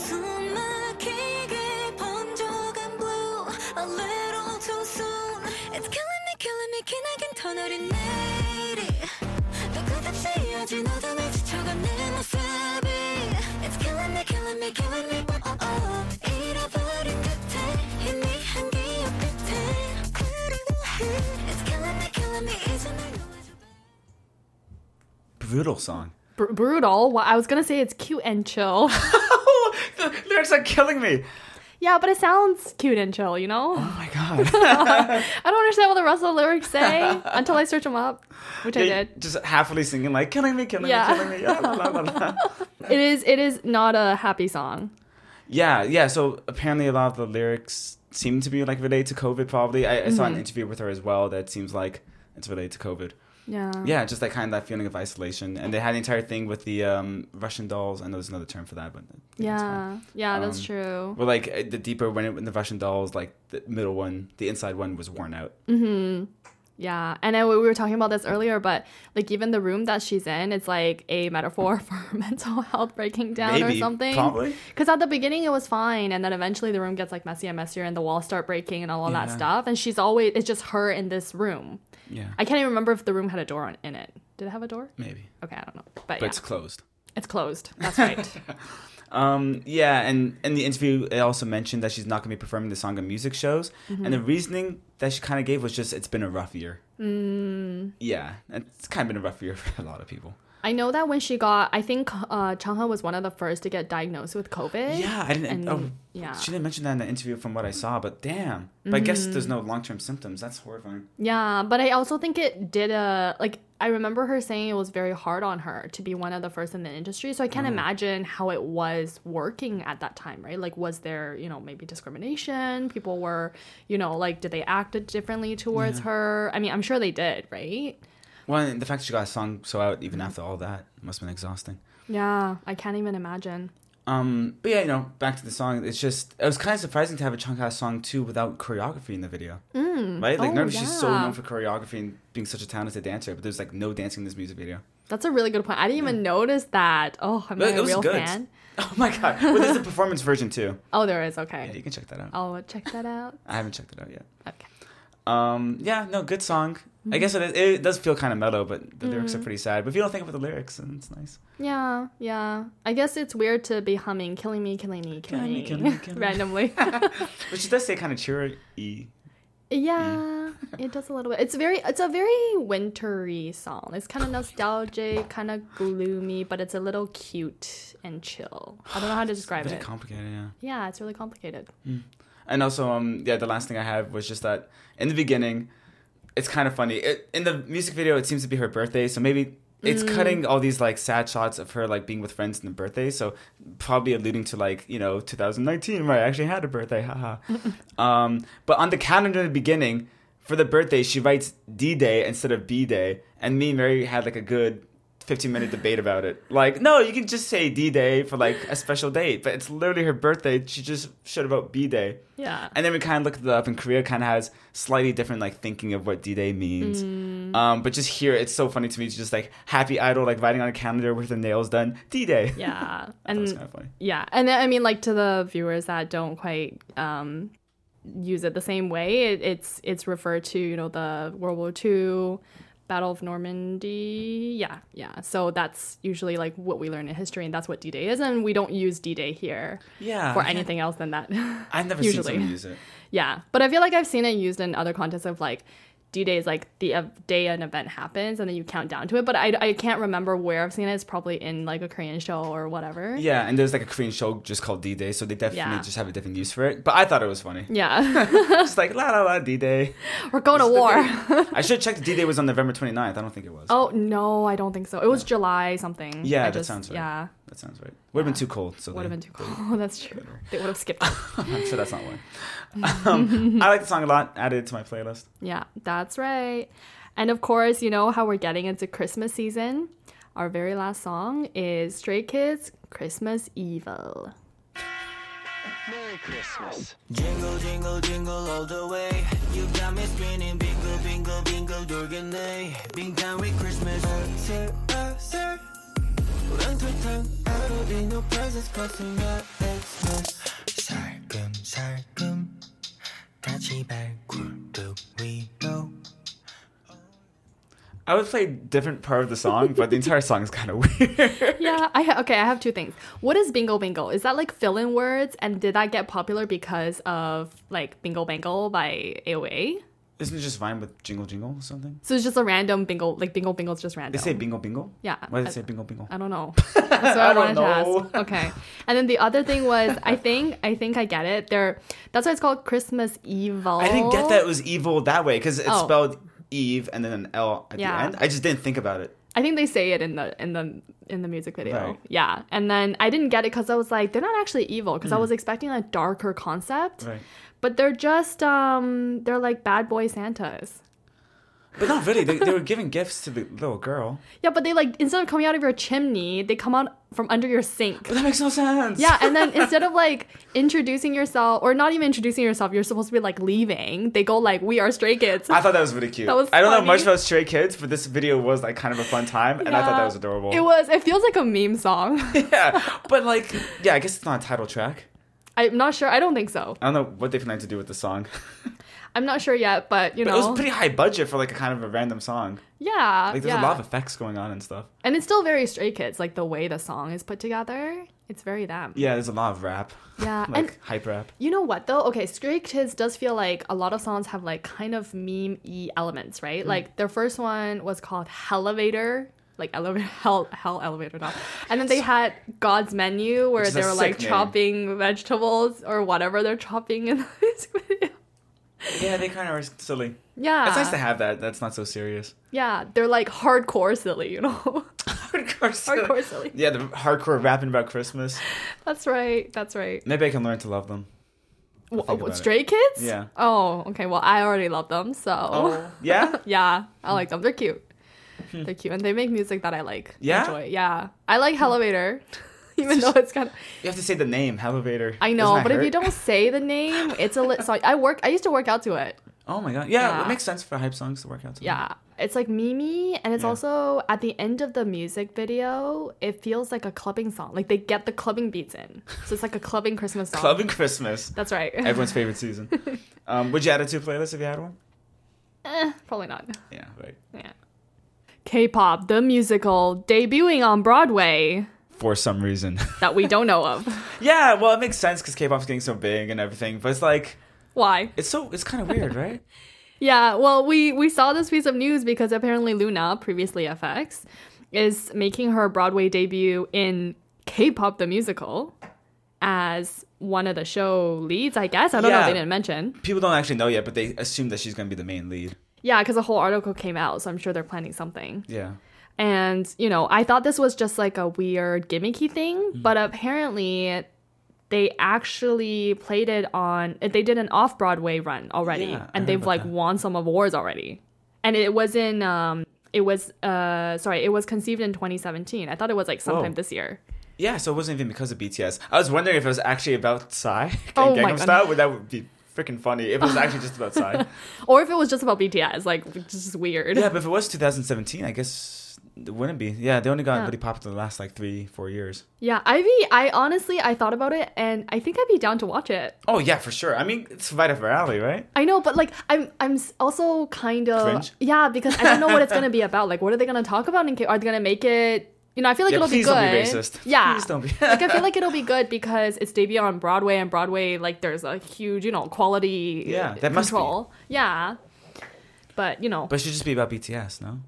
S3: 숨 막히게 번져간 blue A little too soon It's killing me killing me 기나긴 터널인 내일이 너 끝없이 이어진 어둠에 지쳐간 내 모습이 It's killing me killing me killing me oh, oh, oh. 잃어버린 듯해 희미한 기억 끝에 그리워해 It's killing me killing me
S2: brutal song.
S1: Br- brutal. Well, I was gonna say it's cute and chill.
S2: the lyrics are killing me.
S1: yeah, but it sounds cute and chill. You know,
S2: Oh my god.
S1: I don't understand what the rest of the lyrics say until I search them up, which I did.
S2: Just halfily singing like killing me, killing
S1: Yeah.
S2: me, killing me. Yeah, la, la, la, la.
S1: It is. It is not a happy song.
S2: yeah, yeah. So apparently a lot of the lyrics seem to be like related to COVID probably. I, I saw an interview with her as well that seems like it's related to COVID.
S1: Yeah.
S2: Yeah, just that kind of that feeling of isolation. And they had the entire thing with the um, Russian dolls. I know there's another term for that, but I think it's fine.
S1: Yeah. Yeah. That's
S2: Um,
S1: true.
S2: Well, like uh, the deeper when, it, when the Russian dolls, like the middle one, the inside one was worn out.
S1: Yeah, and I, we were talking about this earlier, but like even the room that she's in, it's like a metaphor for her mental health breaking down
S2: Maybe,
S1: or something.
S2: probably.
S1: Because at the beginning it was fine, and then eventually the room gets like messier and messier, and the walls start breaking and all of that
S2: Yeah.
S1: stuff. And she's always it's just her in this room.
S2: Yeah,
S1: I can't even remember if the room had a door on, in it. Did it have a door?
S2: maybe,
S1: Okay, I don't know, but,
S2: but
S1: yeah,
S2: it's
S1: it's,
S2: closed.
S1: closed. That's right.
S2: Um, yeah, and in the interview, it also mentioned that she's not going to be performing the song at music shows,
S1: Mm-hmm.
S2: and the reasoning that she kind of gave was just it's been a rough year. Mm. Yeah, and it's kind of been a rough year for a lot of people.
S1: I know that when she got, I think uh, Changha was one of the first to get diagnosed with COVID.
S2: Yeah, I didn't.
S1: And,
S2: oh,
S1: yeah.
S2: She didn't mention that in the interview from what I saw, but damn. But I guess there's
S1: Mm-hmm.
S2: no long term symptoms. That's horrifying.
S1: Yeah, but I also think it did a like I remember her saying it was very hard on her to be one of the first in the industry. So I can't imagine how it was working at that time, right? Like was there, you know, maybe discrimination? People were, you know, like did they act differently towards her? I mean, I'm sure they did, right?
S2: Well, and the fact that she got a song so out even after all that must have been exhausting.
S1: Yeah, I can't even imagine.
S2: Um, but yeah, you know, back to the song. It's just it was kind of surprising to have a Chung Ha song too without choreography in the video, mm, right? Like,
S1: Oh,
S2: normally she's so
S1: yeah.
S2: known for choreography and being such a talented dancer, but there's like no dancing in this music video.
S1: That's a really good point. I didn't even notice that. Oh, I'm
S2: But
S1: a real fan.
S2: Oh my god! Well, there's a performance version too.
S1: Oh, there is.
S2: Yeah, you
S1: Okay.
S2: can check that out.
S1: I'll check that out.
S2: I haven't checked it out yet.
S1: Okay.
S2: Um, yeah, no, good song.
S1: Mm-hmm.
S2: I guess it, is, it does feel kind of mellow, but the lyrics are pretty sad. But if you don't think about the lyrics, then it's nice.
S1: Yeah, yeah. I guess it's weird to be humming "Killing Me, Killing Me, Killing,
S2: Killing me,
S1: me,
S2: killing me, killing me.
S1: randomly.
S2: But she does say kind of cheery.
S1: yeah, it does a little bit. It's very, it's a very wintry song. It's kind of nostalgic, kind of gloomy, but it's a little cute and chill. I don't know how to describe
S2: Pretty
S1: it.
S2: complicated, yeah.
S1: yeah, it's really complicated.
S2: And also, um, yeah, the last thing I had was just that in the beginning, it's kind of funny. It, in the music video, it seems to be her birthday, so maybe it's cutting all these like sad shots of her like being with friends in the birthday. So probably alluding to like you know 2019, where I actually had a birthday, haha. um, but on the calendar in the beginning for the birthday, she writes D Day instead of B Day, and me and Mary had like a good. 15 minute debate about it. Like, no, you can just say D Day for like a special date, but it's literally her birthday. She just should have wrote B Day.
S1: Yeah.
S2: And then we kind of looked it up, and Korea kind of has slightly different like thinking of what D Day means.
S1: Mm.
S2: Um, but just here, it's so funny to me to just like happy idol like writing on a calendar with her nails done D Day.
S1: yeah,
S2: that was
S1: and
S2: kind of funny.
S1: yeah, and then, I mean, like to the viewers that don't quite um, use it the same way, it, it's it's referred to you know the World War II, Battle of Normandy. Yeah, yeah. So that's usually like what we learn in history, and that's what D Day is, and we don't use D Day here
S2: Yeah,
S1: for
S2: I can't-
S1: anything else than that.
S2: I've never
S1: usually.
S2: seen someone use it.
S1: yeah, but I feel like I've seen it used in other contexts of like. D Day is like the ev- day an event happens and then you count down to it. But I, I can't remember where I've seen it. It's probably in like a Korean show or whatever.
S2: Yeah, and there's like a Korean show just called D Day, so they definitely
S1: Yeah.
S2: just have a different use for it. But I thought it was funny.
S1: Yeah.
S2: just like la la la D Day.
S1: We're going to war.
S2: I should check. D Day was on November 29th. I don't think it was.
S1: Oh no, I don't think so. It was July something.
S2: Yeah,
S1: I
S2: that sounds right.
S1: Yeah,
S2: that sounds right. Would have been too cold. So
S1: would have
S2: they-
S1: been too cold. That's true. They would have skipped. it.
S2: I'm sure that's not why. Um, I like the song a lot. Added it to my playlist.
S1: yeah, that's right. And of course, you know how we're getting into Christmas season. Our very last song is Stray Kids' "Christmas Evil."
S5: Jingle, jingle, jingle all the way. You got me spinning, bingo, bingo, bingo, 돌겠네. 빙 time with Christmas. 어슬, 어슬. 우렁투탕, I don't need no presents, closing up Xmas. 살금, 살금, 같이 발굴뚝 위로.
S2: I would play different part of the song, but the entire song is kind of weird.
S1: Yeah, I ha- okay. I have two things. What is bingo bingo? Is that like fill-in words? And did that get popular because of like Bingo Bangle by AOA?
S2: Isn't it just Vine with Jingle Jingle or something?
S1: So it's just a random bingo, like bingo bingo's just random.
S2: They say Bingo Bingo?
S1: Yeah,
S2: Why did they
S1: I- Oh.
S2: say Bingo Bingo?
S1: I don't know. That's what I,
S2: I
S1: wanted
S2: don't
S1: to
S2: know.
S1: ask. Okay. And then the other thing was, I think, I think I get it. They're that's why it's called Christmas Evil.
S2: I didn't get that it was evil that way because it's
S1: Oh.
S2: spelled Eve and then an L at
S1: Yeah.
S2: the end. I just didn't think about it.
S1: I think they say it in the in the in the music video.
S2: Right.
S1: Yeah. And then I didn't get it because I was like, they're not actually evil because I was expecting a darker concept.
S2: Mm. Right.
S1: But they're just um they're like bad boy Santas.
S2: But not really. They, they were giving gifts to the little girl.
S1: Yeah, but they like instead of coming out of your chimney, they come out from under your sink.
S2: But that makes no sense.
S1: Yeah, and then instead of like introducing yourself or not even introducing yourself, you're supposed to be like leaving. They go like, "We are stray kids."
S2: I thought that was really cute.
S1: That was
S2: I don't know
S1: funny.
S2: much about Stray Kids, but this video was like kind of a fun time, and I thought that was adorable.
S1: It was. It feels like a meme song.
S2: yeah, but like, yeah, I guess it's not a title track.
S1: I'm not sure. I don't think so.
S2: I don't know what they plan to do with the song.
S1: I'm not sure yet, but you
S2: but
S1: know,
S2: it was pretty high budget for like a kind of a random song.
S1: yeah,
S2: Like, there's
S1: yeah.
S2: a lot of effects going on and stuff.
S1: and it's still very stray kids. Like the way the song is put together, it's very them.
S2: Yeah, there's a lot of rap.
S1: Yeah,
S2: like
S1: and-
S2: hype rap.
S1: You know what though? Okay, Stray Kids does feel like a lot of songs have like kind of meme y elements,
S2: Mm.
S1: right? Like their first one was called Hellevator, like elevator, hell, hell elevator, not. And then they had God's Menu, where
S2: Which is
S1: they
S2: a
S1: were
S2: sick
S1: like
S2: name.
S1: chopping vegetables or whatever they're chopping in the music video.
S2: Yeah, they kind of are silly.
S1: Yeah,
S2: It's nice to have that. That's not so serious.
S1: yeah, they're like hardcore silly, you know.
S2: hardcore silly.
S1: hardcore silly.
S2: Yeah, the hardcore rapping about Christmas.
S1: That's right. That's right.
S2: Maybe I can learn to love them.
S1: Wha-
S2: think
S1: what,
S2: about it.
S1: Stray Kids?
S2: Yeah.
S1: Oh, okay. Well, I already love them, so.
S2: Oh. Yeah?
S1: Yeah, I like them. They're cute. They're cute, and they make music that I like.
S2: Hmm. Yeah? Hmm.
S1: enjoy. yeah. I like Elevator, even though it's kind of.
S2: You have to say the name, Elevator.
S1: I know,
S2: Doesn't that
S1: but if you
S2: hurt?
S1: don't say the name, it's a lit song. I work. I used to work out to it.
S2: Oh my god. Yeah,
S1: Yeah.
S2: it makes sense for hype songs to work out to.
S1: Yeah, it's like Mimi, and it's
S2: Yeah.
S1: also at the end of the music video. It feels like a clubbing song. Like they get the clubbing beats in, so it's like a clubbing Christmas song.
S2: Clubbing Christmas.
S1: That's right.
S2: Everyone's favorite season. Um, would you add it to a playlist if you had one?
S1: Eh, probably not.
S2: Yeah, right.
S1: Yeah. K-pop, the musical, debuting on Broadway
S2: For some reason.
S1: that we don't know of.
S2: yeah, well, it makes sense because K-pop's getting so big and everything, but it's like
S1: Why?
S2: it's so it's kind of weird, right?
S1: Yeah, well, we we saw this piece of news because apparently Luna, previously FX, is making her Broadway debut in K-pop the musical as one of the show leads, I guess. I don't know if
S2: Yeah.
S1: they didn't mention.
S2: People don't actually know yet, but they assume that she's gonna be the main lead.
S1: Yeah, because a whole article came out, so I'm sure they're planning something.
S2: Yeah.
S1: And, you know, I thought this was just like a weird gimmicky thing,
S2: Mm-hmm.
S1: but apparently they actually played it on they did an off-Broadway run already
S2: Yeah, I
S1: and
S2: heard
S1: they've
S2: about
S1: like
S2: that.
S1: won some awards already. And it was in um it was uh sorry, it was conceived in 2017. I thought it was like sometime
S2: Whoa.
S1: this year.
S2: Yeah, so it wasn't even because of BTS. I was wondering if it was actually about Psy and
S1: Oh my
S2: Gangnam
S1: God.
S2: Style, but that would be freaking funny if it was actually just about Psy.
S1: Or if it was just about BTS, like it's just weird.
S2: Yeah, but if it was 2017, I guess it wouldn't be. Yeah, they only got
S1: Yeah.
S2: really popular the last like three, four years.
S1: yeah, Ivy, I honestly I thought about it and I think I'd be down to watch it.
S2: Oh yeah, for sure. I mean, it's right up our alley, right?
S1: I know, but like I'm I'm s- also kind of
S2: Cringe?
S1: yeah because I don't know what it's gonna be about. Like, what are they gonna talk about? In K- are they gonna make it? You know, I feel like
S2: Yeah,
S1: it'll be
S2: please
S1: good.
S2: don't be racist.
S1: Yeah,
S2: Please don't be-
S1: like I feel like it'll be good because it's debut on Broadway, and Broadway like there's a huge you know quality
S2: Yeah,
S1: uh,
S2: that must be.
S1: control. Yeah, but you know,
S2: But it should just be about BTS, no?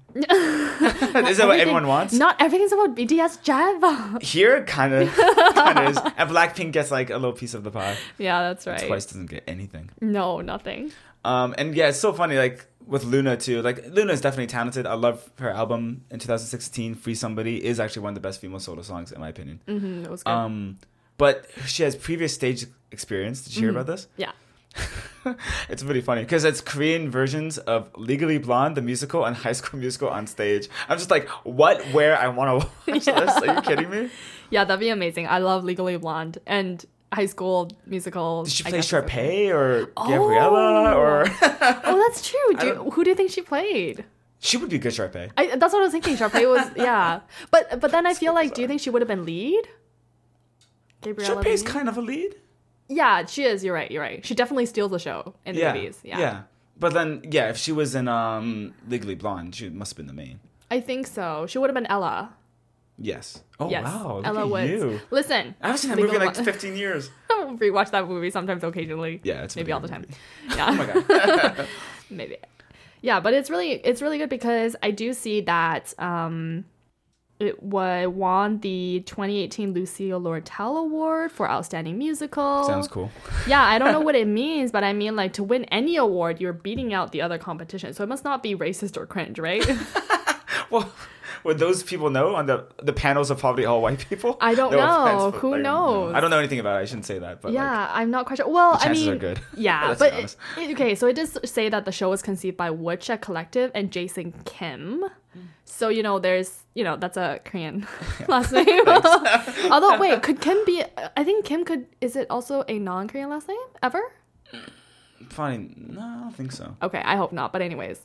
S2: Is that what
S1: everything-
S2: everyone wants?
S1: Not everything's about BTS Java.
S2: Here, kind of, kind of is. And Blackpink gets like a little piece of the pie.
S1: yeah, that's right.
S2: Twice doesn't get anything.
S1: No, nothing.
S2: Um, and yeah, it's so funny. Like with Luna too. Like Luna is definitely talented. I love her album in 2016. Free Somebody is actually one of the best female solo songs in my opinion.
S1: Mm, it was good.
S2: Um, but she has previous stage experience. Did you hear
S1: Mm-hmm.
S2: about this?
S1: yeah.
S2: It's really funny because it's Korean versions of Legally Blonde, the musical, and High School Musical on stage. I'm just like, what? Where? I want to watch this? Are you kidding me?
S1: Yeah, that'd be amazing. I love Legally Blonde and High School Musical.
S2: Did she
S1: I
S2: play
S1: guess is okay.
S2: Sharpay or Gabriella or?
S1: Oh, that's true. Do you,
S2: don't-
S1: who do you think she played?
S2: she would be good Sharpay.
S1: I, that's what I was thinking. Sharpay was yeah, but but then I feel like, do you think she would have been lead? Gabriella.
S2: Sharpay's
S1: Lee?
S2: kind of a lead.
S1: yeah, she is. You're right. You're right. She definitely steals the show in the movies. Yeah.
S2: But then, yeah, if she was in um Legally Blonde, she must have been the main.
S1: I think so. She would have been Ella.
S2: Yes. Oh
S1: Yes,
S2: wow, look
S1: Ella
S2: at
S1: Woods.
S2: you.
S1: Listen,
S2: I haven't seen that
S1: Legal
S2: movie in like
S1: Blonde-
S2: 15 years.
S1: rewatch that movie sometimes occasionally.
S2: Yeah, it's a
S1: maybe
S2: really
S1: all the
S2: good
S1: time.
S2: movie.
S1: Yeah.
S2: Oh my god.
S1: maybe yeah but it's really it's really good because i do see that um it wa- won the 2018 Lucille Lortel Award for Outstanding Musical.
S2: Sounds cool.
S1: Yeah, I don't know what it means, but I mean, like, to win any award, you're beating out the other competition. So it must not be racist or cringe, right?
S2: Well, would those people know on the the panels of probably all white people?
S1: I don't know.
S2: but,
S1: Who knows?
S2: I don't know anything about it. I shouldn't say that. But like,
S1: yeah, I'm not quite sure. Well, I
S2: chances are
S1: mean,
S2: good.
S1: yeah,
S2: Let's be
S1: but
S2: honest.
S1: it- okay. So it does say that the show was conceived by Woodshed Collective and Jason Kim. So you know, there's you know that's a Korean last name. Although, wait, could Kim be? I think Kim could. Is it also a non-Korean last name ever?
S2: Fine. No, I don't think so.
S1: Okay, I hope not. But anyways,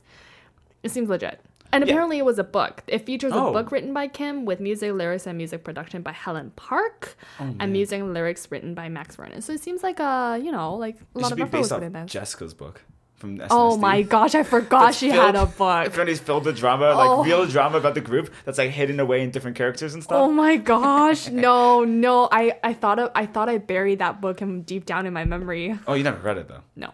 S1: it seems legit. And apparently, it was a book. It features
S2: Oh.
S1: a book written by Kim with music, lyrics, and music production by Helen Park,
S2: Oh,
S1: and music and lyrics written by Max Vernon. So it seems like a you know like a
S2: It
S1: lot
S2: should
S1: of
S2: be
S1: effort was
S2: based
S1: put
S2: off
S1: in this.
S2: Jessica's book from SNSD.
S1: Oh my gosh, I forgot she had a
S2: Filled-
S1: book.
S2: Everybody's filled with drama,
S1: Oh.
S2: like real drama about the group that's like hidden away in different characters and stuff.
S1: Oh my gosh, no, no. I I thought of, I thought I buried that book in, deep down in my memory.
S2: Oh, you never read it though.
S1: No.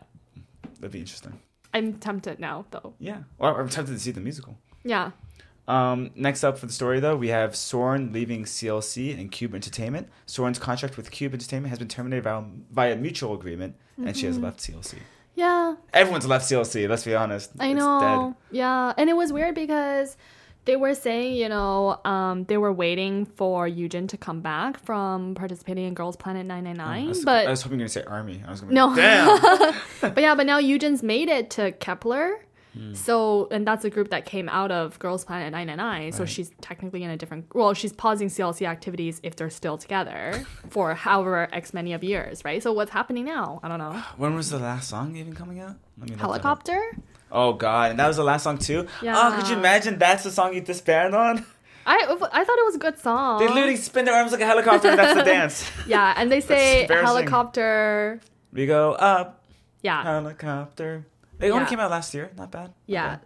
S2: That'd be interesting.
S1: I'm tempted now though.
S2: Yeah. Well, I'm tempted to see the musical.
S1: Yeah.
S2: Um, next up for the story, though, we have Soren leaving CLC and Cube Entertainment. Soren's contract with Cube Entertainment has been terminated via, via mutual agreement, and she
S1: Mm-hmm.
S2: has left CLC.
S1: Yeah.
S2: Everyone's left CLC. Let's be honest.
S1: I
S2: It's
S1: know. Yeah. And it was weird because they were saying, you know, um, they were waiting for Eugen to come back from participating in Girls Planet
S2: dead. I
S1: 999,
S2: was,
S1: but
S2: I was hoping you were gonna say army. I was gonna be
S1: No.
S2: like, Oh, damn.
S1: But yeah, but now Eugen's made it to Kepler.
S2: Hmm.
S1: So, and that's a group that came out of Girls Planet 999. So
S2: Right.
S1: she's technically in a different, well, she's pausing CLC activities if they're still together for however X many of years, right? So what's happening now? I don't know.
S2: when was the last song even coming out? Let me look that up.
S1: Helicopter?
S2: Oh god, and that was the last song too. Oh, could you
S1: Yeah.
S2: imagine that's the song you disband on?
S1: I, I thought it was a good song.
S2: They literally spin their arms like a helicopter, and that's the dance.
S1: yeah, and they say
S2: embarrassing.
S1: helicopter.
S2: We go up
S1: Yeah.
S2: helicopter. It only
S1: Yeah.
S2: came out last year. Not bad. Not
S1: Yeah.
S2: bad.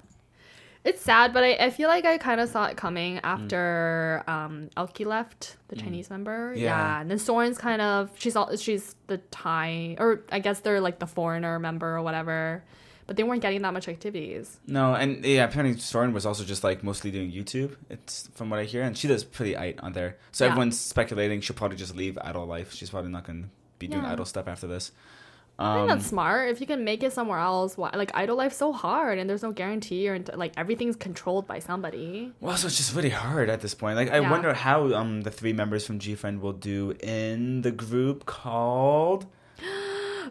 S1: It's sad, but I, I feel like I kind of saw it coming after um, Elke left, the Chinese member. Yeah.
S2: Mm. Yeah.
S1: And then Soren's kind of, she's all, she's the Thai, or I guess they're like the foreigner member or whatever. But they weren't getting that much activities.
S2: No, and yeah, apparently Soren was also just like mostly doing YouTube. It's from what I hear, and she does pretty eight on there. So
S1: Yeah.
S2: everyone's speculating she'll probably just leave idol life. She's probably not gonna be doing
S1: Yeah.
S2: idol stuff after this.
S1: I think
S2: Um,
S1: that's smart. If you can make it somewhere else, why? Like, idol life's so hard and there's no guarantee, or like everything's controlled by somebody.
S2: well, so it's just really hard at this point. Like, I
S1: Yeah.
S2: wonder how um the three members from G Friend will do in the group called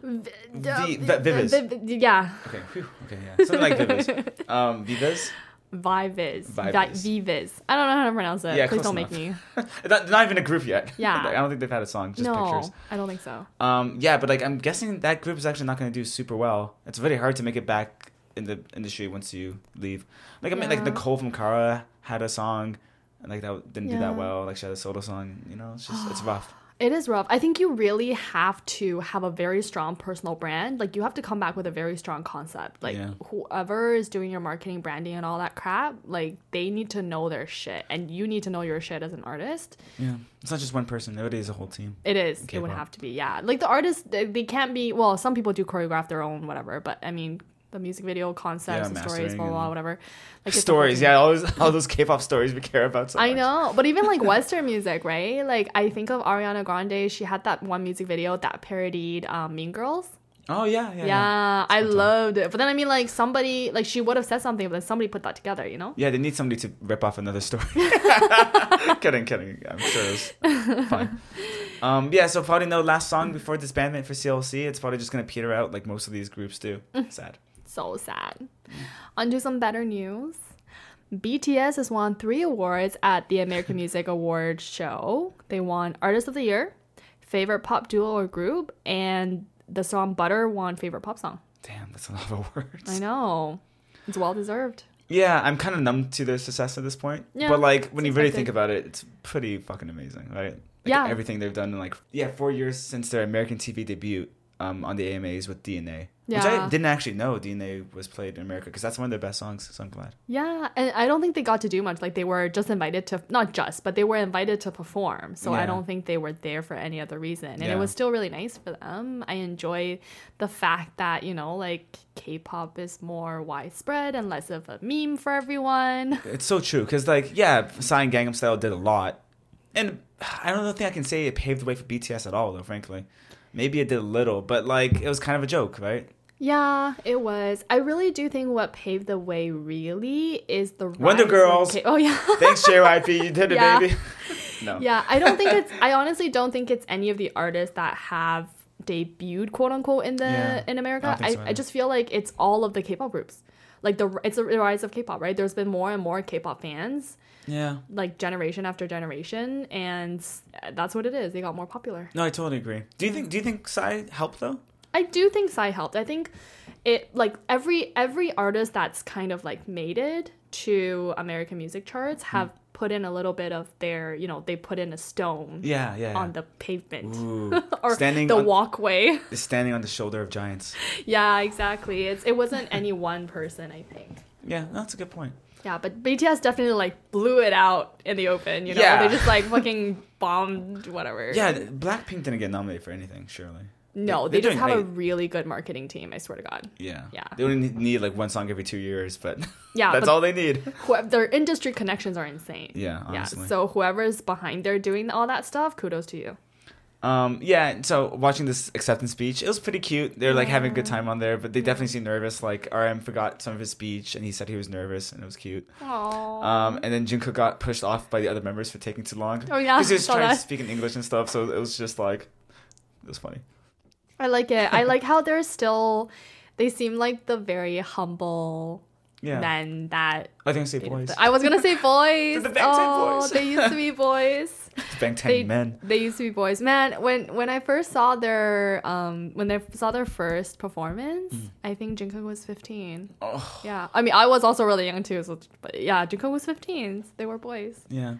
S2: Vi- vi- Vivis.
S1: uh, Viv- yeah.
S2: Okay, whew, okay, yeah, something like Vivis. Um, Vivas.
S1: Vivis. Vi-
S2: Vivis.
S1: Vivis. I don't know how to pronounce it.
S2: Yeah,
S1: Please
S2: close
S1: don't make me.
S2: enough. not, not even a group yet.
S1: Yeah.
S2: I don't think they've had a song, just
S1: no,
S2: pictures.
S1: I don't think so.
S2: Um, yeah, but like I'm guessing that group is actually not going to do super well. It's really hard to make it back in the industry once you leave. Like I mean, like
S1: Yeah.
S2: Nicole from Kara had a song, and like that didn't do
S1: Yeah.
S2: that well. Like she had a solo song. You know, it's just it's rough.
S1: It is rough. I think you really have to have a very strong personal brand. Like you have to come back with a very strong concept. Like
S2: Yeah.
S1: whoever is doing your marketing, branding and all that crap, like they need to know their shit and you need to know your shit as an artist.
S2: Yeah, it's not just one person. It is a whole team.
S1: It is.
S2: Okay,
S1: it would
S2: well.
S1: have to be. Yeah. Like the artists they, they can't be well, some people do choreograph their own whatever, but I mean the music video concepts
S2: Yeah,
S1: and stories,
S2: mastering
S1: blah blah, blah
S2: and-
S1: whatever. Like it's a whole
S2: stories,
S1: thing.
S2: yeah, all those, all those K-pop stories we care about. So
S1: I
S2: much.
S1: know, but even like Western music, right? Like I think of Ariana Grande. She had that one music video that parodied um, Mean Girls.
S2: Oh yeah, yeah.
S1: Yeah, I loved it. But then I mean, like somebody, like she would have said something, but then somebody put that together, you know?
S2: Yeah, they need somebody to rip off another story. kidding, kidding. I'm sure it's fine. Um, yeah, so probably no last song before disbandment for CLC. It's probably just gonna peter out like most of these groups do.
S1: Mm.
S2: Sad.
S1: So sad. Onto some better news. BTS has won three awards at the American Music Awards show. They won Artist of the Year, Favorite Pop Duo or Group, and the song Butter won Favorite Pop Song.
S2: Damn, that's a lot of words.
S1: I know. It's well deserved.
S2: Yeah, I'm kind of numb to their success at this point.
S1: Yeah,
S2: but like when
S1: it's
S2: you really
S1: expected.
S2: think about it, it's pretty fucking amazing, right? Like,
S1: Yeah.
S2: Everything they've done in like yeah four years since their American TV debut. um, on the AMAs with DNA, which I
S1: Yeah.
S2: didn't actually know DNA was played in America because that's one of their best songs. So I'm glad.
S1: Yeah, and I don't think they got to do much. Like they were just invited to not just, but they were invited to perform. So
S2: Yeah.
S1: I don't think they were there for any other reason. And
S2: Yeah.
S1: it was still really nice for them. I enjoy the fact that, you know, like K-pop is more widespread and less of a meme for everyone.
S2: It's so true because like yeah, Psy and Gangnam Style did a lot, and I don't think I can say it paved the way for BTS at all though. Frankly, maybe it did a little, but like it was kind of a joke, right?
S1: Yeah, it was. I really do think what paved the way really is the
S2: Wonder
S1: rise of
S2: Girls.
S1: K- oh yeah.
S2: Thanks, JYP, you did it,
S1: Yeah.
S2: baby. no.
S1: Yeah, I don't think it's. I honestly don't think it's any of the artists that have debuted, quote unquote, in the
S2: Yeah,
S1: in America.
S2: I
S1: I,
S2: don't think so
S1: I,
S2: either.
S1: just feel like it's all of the K-pop groups. Like the it's the rise of K-pop, right? There's been more and more K-pop fans,
S2: Yeah.
S1: like generation after generation, and that's what it is. They got more popular.
S2: No, I totally agree. Do you think Do you think Psy helped though?
S1: I do think Psy helped. I think it like every every artist that's kind of like made it to American music charts have
S2: Hmm.
S1: put in a little bit of their, you know, they put in a stone
S2: Yeah, yeah.
S1: on the pavement.
S2: Ooh.
S1: or
S2: Standing
S1: the
S2: on-
S1: walkway.
S2: standing on the shoulder of giants.
S1: yeah, exactly. It's it wasn't any one person, I think.
S2: Yeah, that's a good point.
S1: Yeah, but BTS definitely like blew it out in the open. You know,
S2: Yeah.
S1: they just like fucking bombed whatever.
S2: Yeah, th- Blackpink didn't get nominated for anything, surely.
S1: No,
S2: They-
S1: they
S2: they're
S1: just have
S2: doing
S1: a
S2: great.
S1: really good marketing team. I swear to God.
S2: Yeah.
S1: Yeah.
S2: They only need- need like one song every two years, but
S1: Yeah,
S2: that's
S1: but-
S2: all they need.
S1: Whoever, their industry connections are insane.
S2: Yeah, honestly.
S1: Yeah. So whoever's behind there doing all that stuff, kudos to you.
S2: Um, yeah, and so watching this acceptance speech, it was pretty cute. They're like having a good time on there, but they definitely seemed nervous. Like RM forgot some of his speech, and he said he was nervous, and it was cute.
S1: Aww.
S2: Um, and then Junko got pushed off by the other members for taking too long.
S1: Oh, yeah,
S2: because he was
S1: saw
S2: trying to
S1: that.
S2: speak in English and stuff. So it was just like, it was funny.
S1: I like it. I like how they're still. They seem like the very humble
S2: Yeah,
S1: men that
S2: I think I say boys.
S1: I was gonna say boys. Oh,
S2: The Bang Ten boys.
S1: they used to be boys.
S2: Bang Ten
S1: They,
S2: men.
S1: they used to be boys. Man, when when I first saw their um when they saw their first performance, I think Jungkook was fifteen.
S2: Oh,
S1: Yeah, I mean I was also really young too. So, but yeah, Jungkook was fifteen. They were boys.
S2: yeah,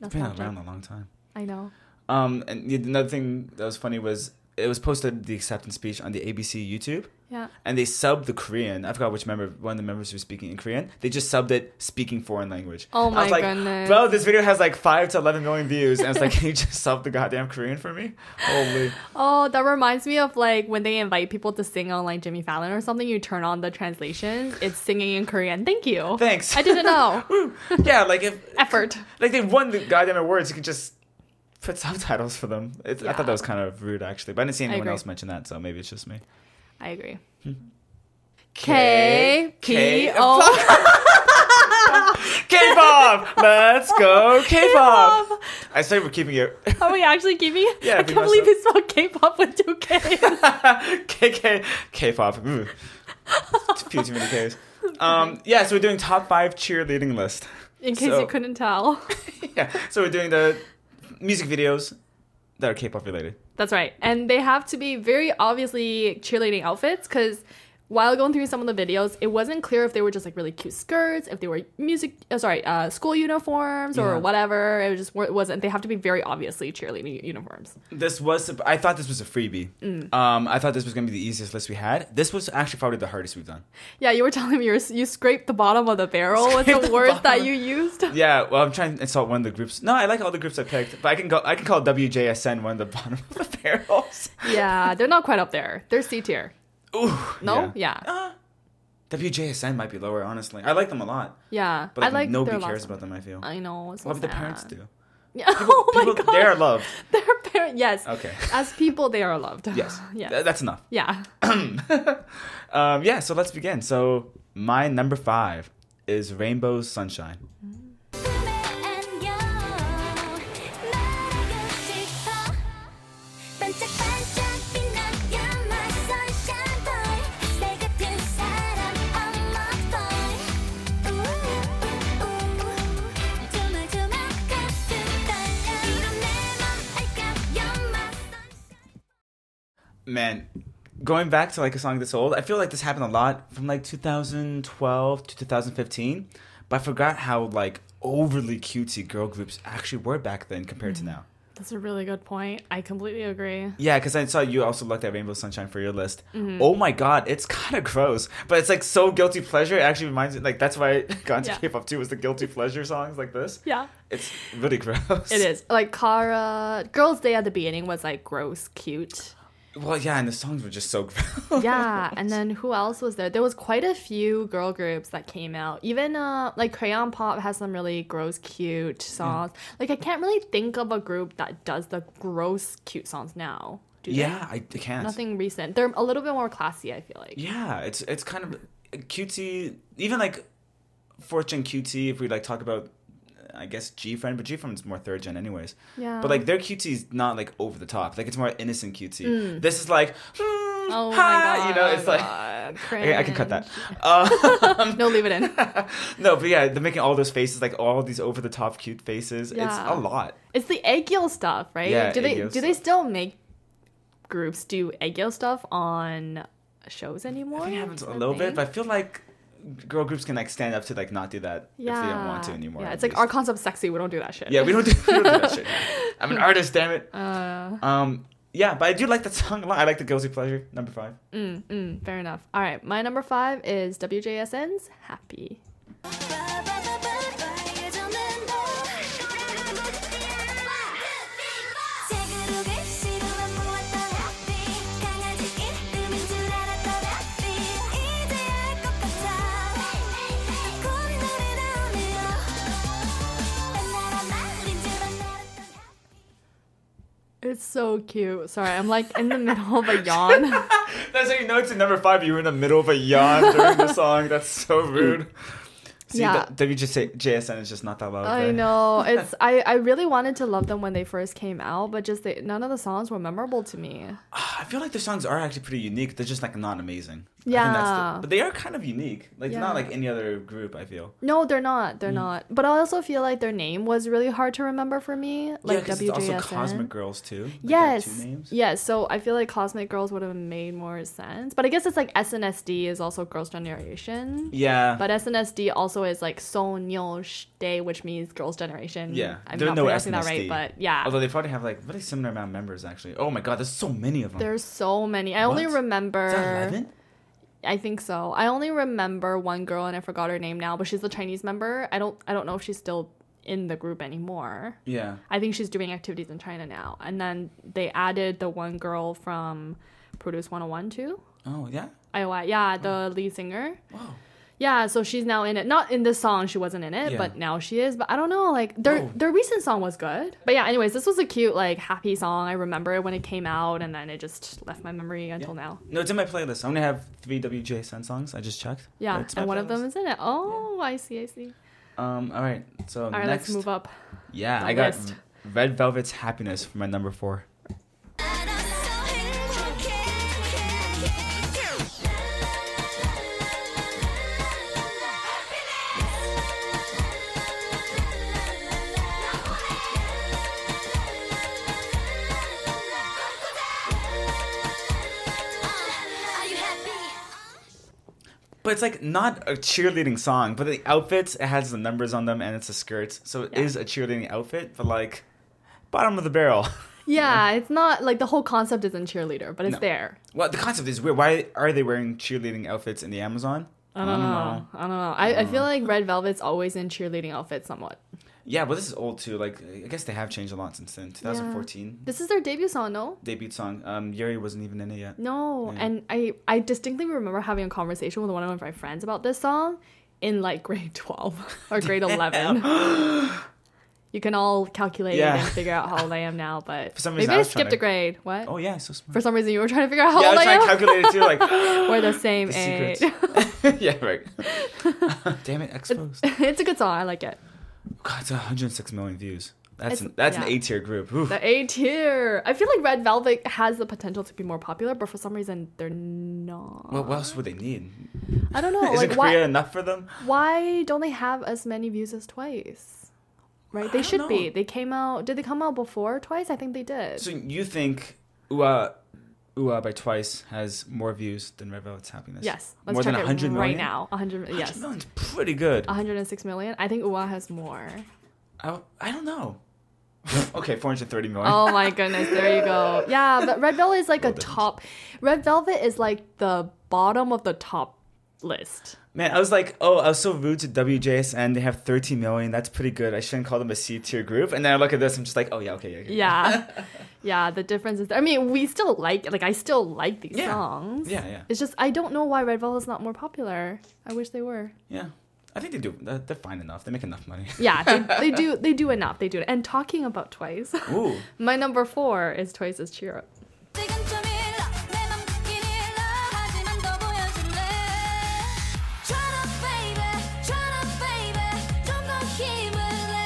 S1: That's
S2: been
S1: not
S2: around
S1: junk.
S2: a long time.
S1: I know.
S2: Um, and the- another thing that was funny was it was posted the acceptance speech on the ABC YouTube,
S1: Yeah.
S2: and they subbed the Korean. I forgot which member, one of the members who was speaking in Korean. They just subbed it speaking foreign language.
S1: Oh
S2: I
S1: my
S2: was like,
S1: goodness.
S2: Bro, this video has like five to eleven million views, and I was like, can you just sub the goddamn Korean for me? Holy.
S1: Oh, that reminds me of like when they invite people to sing on like Jimmy Fallon or something. You turn on the translations. It's singing in Korean. Thank you.
S2: Thanks.
S1: I didn't know.
S2: yeah, like if
S1: Effort.
S2: like they won the goddamn awards, you can just put subtitles for them. It's, I thought that
S1: Yeah.
S2: was kind of rude actually, but I didn't see anyone
S1: agree.
S2: else mention that, so maybe it's just me.
S1: I agree. Hmm. K P
S2: K-
S1: O.
S2: K-pop, let's go K-pop. I say we're keeping it
S1: Are we Oh, actually giving?
S2: Yeah,
S1: I
S2: pretty
S1: can't
S2: much
S1: believe
S2: so.
S1: it's spelled K-pop with two K.
S2: KK K-pop. Mm. It's a few too many K's. Um, yeah, so we're doing top five cheerleading list.
S1: In case
S2: So-
S1: you couldn't tell.
S2: Yeah, so we're doing the music videos that are K-pop related.
S1: That's right. And they have to be very obviously cheerleading outfits because while going through some of the videos, it wasn't clear if they were just like really cute skirts, if they were music, uh, sorry, uh, school uniforms
S2: Yeah.
S1: or whatever. It was just it wasn't. They have to be very obviously cheerleading uniforms.
S2: This was I thought this was a freebie.
S1: Mm.
S2: Um, I thought this was gonna be the easiest list we had. This was actually probably the hardest we've done.
S1: Yeah, you were telling me you, were, you scraped the bottom of the barrel with
S2: Scraped
S1: the,
S2: the
S1: words
S2: bottom
S1: that
S2: of-
S1: you used.
S2: Yeah, well, I'm trying to insult one of the groups. No, I like all the groups I picked, but I can go. I can call WJSN one of the bottom of the barrels.
S1: yeah, they're not quite up there. They're C tier.
S2: Ooh,
S1: No? Yeah.
S2: Uh, WJSN might be lower, honestly. I like them a lot,
S1: Yeah.
S2: but like,
S1: I like
S2: nobody
S1: their
S2: cares
S1: last-
S2: about them. I feel.
S1: I know. It's so
S2: what would the
S1: sad.
S2: parents do?
S1: Yeah. oh my
S2: People-
S1: god.
S2: they are loved.
S1: Their parents. Yes.
S2: Okay.
S1: As people, they are loved.
S2: Yes.
S1: yes.
S2: Th- that's enough.
S1: Yeah.
S2: Um, yeah. So let's begin. So my number five is Rainbow Sunshine. man going back to like a song this old i feel like this happened a lot from like 2012 to 2015
S1: Mm-hmm.
S2: but i forgot how like overly cutesy girl groups actually were back then compared to now
S1: That's a really good point. I completely agree.
S2: Yeah, because I saw you also looked at Rainbow Sunshine for your list.
S1: Mm-hmm.
S2: Oh my god, it's kind of gross, but it's like so guilty pleasure. It actually reminds me, like that's why I got into
S1: Yeah.
S2: K-pop too. Was the guilty pleasure songs like this?
S1: Yeah.
S2: It's really gross.
S1: It is. Like Kara Girls Day at the beginning was like gross cute.
S2: Well, yeah, and the songs were just so gross.
S1: Yeah. and then who else was there? There was quite a few girl groups that came out. Even uh like Crayon Pop has some really gross
S2: Mm.
S1: cute songs. Like I can't really think of a group that does the gross cute songs now. Do they?
S2: Yeah, I, I can't.
S1: Nothing recent. They're a little bit more classy, I feel like.
S2: Yeah, it's it's kind of cutesy. Even like Fortune QT, if we like talk about, I guess G Friend, but G Friend's more third gen, anyways.
S1: Yeah.
S2: But like their QT's not like over the top. Like it's more innocent QT. This is like,
S1: Oh
S2: oh
S1: my
S2: hi,
S1: god.
S2: you know, it's like.
S1: God.
S2: Okay, I can cut that. Um,
S1: Cringe. no, leave it in.
S2: No, but yeah, they're making all those faces, like all these over the top cute faces.
S1: Yeah.
S2: It's a lot.
S1: It's the egg yolk stuff, right?
S2: Yeah,
S1: do they
S2: egg yolk
S1: do they still make groups do egg yolk stuff on shows anymore?
S2: It happens a little bit, but I feel like girl groups can like stand up to like not do that if they don't want to anymore.
S1: Yeah,
S2: at
S1: it's like
S2: least.
S1: our concept's sexy. We don't do that shit.
S2: Yeah, we don't do, we don't do that shit. I'm an artist, damn it.
S1: Uh.
S2: um, yeah, but I do like that song a lot. I like the guilty pleasure number five.
S1: Mm, fair enough. All right, my number five is WJSN's Happy. It's so cute. Sorry, I'm like in the middle of a yawn.
S2: That's how you know it's in number five. You were in the middle of a yawn during the song. That's so rude. See,
S1: Yeah.
S2: yeah. WJSN is just not that loud.
S1: I
S2: there.
S1: know. It's I, I really wanted to love them when they first came out, but just they, none of the songs were memorable to me.
S2: Ah, I feel like their songs are actually pretty unique. They're just like not amazing. I think that's
S1: Yeah.
S2: the- but they are kind of unique. Like
S1: Yeah.
S2: not like any other group. I feel.
S1: No, they're not. They're not. But I also feel like their name was really hard to remember for me. Like
S2: yeah, 'cause it's also
S1: WJSN.
S2: Cosmic Girls too. Like, they have
S1: yes.
S2: two names.
S1: Yes. So I feel like Cosmic Girls would have made more sense. But I guess it's like SNSD is also Girls Generation.
S2: Yeah.
S1: But SNSD also is like Sonyeosh Day, which means Girls Generation.
S2: Yeah,
S1: I'm
S2: there are
S1: not
S2: no
S1: pronouncing that right,
S2: SNSD.
S1: but yeah.
S2: Although they probably have like really similar amount of members actually. Oh my god, there's so many of them.
S1: there's so many. I only
S2: What?
S1: remember.
S2: Is that 11?
S1: I think so. I only remember one girl, and I forgot her name now. But she's the Chinese member. I don't. I don't know if she's still in the group anymore.
S2: Yeah.
S1: I think she's doing activities in China now. And then they added the one girl from Produce 101 too.
S2: Oh yeah.
S1: IOI, yeah,
S2: Hmm.
S1: the lead singer.
S2: Wow.
S1: Yeah, so she's now in it. Not in this song, she wasn't in it,
S2: Yeah.
S1: but now she is. But I don't know, like their
S2: Oh.
S1: their recent song was good. But yeah, anyways, this was a cute, like happy song. I remember it when it came out, and then it just left my memory until now.
S2: No, it's in my playlist. I only have three WJSN songs. I just checked.
S1: Yeah,
S2: It's my
S1: and one of them
S2: playlist.
S1: is in it. Oh, I see, I see.
S2: Um. All right. So
S1: All right,
S2: next.
S1: let's move up.
S2: Yeah,
S1: the
S2: I got
S1: list.
S2: Red Velvet's Happiness for my number four.
S3: Are you happy?
S2: But it's like not a cheerleading song, but the outfits, it has the numbers on them and it's a skirt. So it is
S1: Yeah.
S2: a cheerleading outfit, but like bottom of the barrel.
S1: Yeah, it's not like the whole concept isn't cheerleader, but it's
S2: No.
S1: there.
S2: well, the concept is weird. Why are they wearing cheerleading outfits in the Amazon?
S1: I don't know. I don't know. I, I feel like Red Velvet's always in cheerleading outfits somewhat.
S2: Yeah, well, this is old too. Like, I guess they have changed a lot since then. 2014
S1: This is their debut song, no?
S2: debut song. Um, Yuri wasn't even in it
S1: Mm.
S2: yet.
S1: No.
S2: Yeah.
S1: And I, I distinctly remember having a conversation with one of my friends about this song in like grade 12 or grade 11. you can all calculate
S2: Yeah.
S1: and figure out how old I am now, but
S2: some
S1: maybe
S2: reason, I
S1: I
S2: was trying
S1: skipped
S2: to-
S1: a grade. What?
S2: Oh yeah, so smart.
S1: For some reason, you were trying to figure out how
S2: yeah, I
S1: old
S2: was
S1: I
S2: trying to
S1: am.
S2: calculate it too. Like,
S1: We're the same age.
S2: secrets. yeah, right. Damn it, exposed.
S1: it's a good song. I like it.
S2: God, it's 106 million views. That's
S1: It's-
S2: an, that's an
S1: yeah.
S2: A tier group. Oof.
S1: The A tier. I feel like Red Velvet has the potential to be more popular, but for some reason they're not.
S2: What, what else would they need?
S1: I don't know.
S2: Isn't
S1: like
S2: Korea
S1: why?
S2: enough for them?
S1: Why don't they have as many views as Twice? Right? They
S2: don't
S1: should be.
S2: know.
S1: They came out. Did they come out before Twice? I think they did.
S2: So you think Ua Ua by Twice has more views than Red Velvet's Happiness?
S1: yes. Let's
S2: more
S1: check
S2: than
S1: it
S2: 100
S1: right
S2: million?
S1: now. 100.
S2: 100
S1: Yes.
S2: million's pretty good.
S1: 106 million. I think UA has more.
S2: I, I don't know. okay, 430 million.
S1: Oh my goodness, there you go. Yeah, but Red Velvet is like a top. Red Velvet is like the bottom of the top list.
S2: Man, I was like, oh, I was so rude to WJSN. They have 13 million. That's pretty good. I shouldn't call them a C tier group. And then I look at this, I'm just like, oh, yeah, okay, yeah. okay.
S1: Yeah, yeah. The difference is, I mean, we still like, like I still like these
S2: Yeah.
S1: songs.
S2: Yeah, yeah.
S1: It's just I don't know why Red Velvet's not more popular. I wish they were.
S2: Yeah. I think they do. They're they're fine enough. They make enough money.
S1: Yeah, they, they do. They do enough. They do it. And talking about Twice,
S2: Ooh.
S1: my number four is Twice's Cheer Up.
S3: 지금 좀 일러 내맘 느낀 일러 하지만 더 보여줄래 Turn up baby Turn up baby 좀 더 힘을 내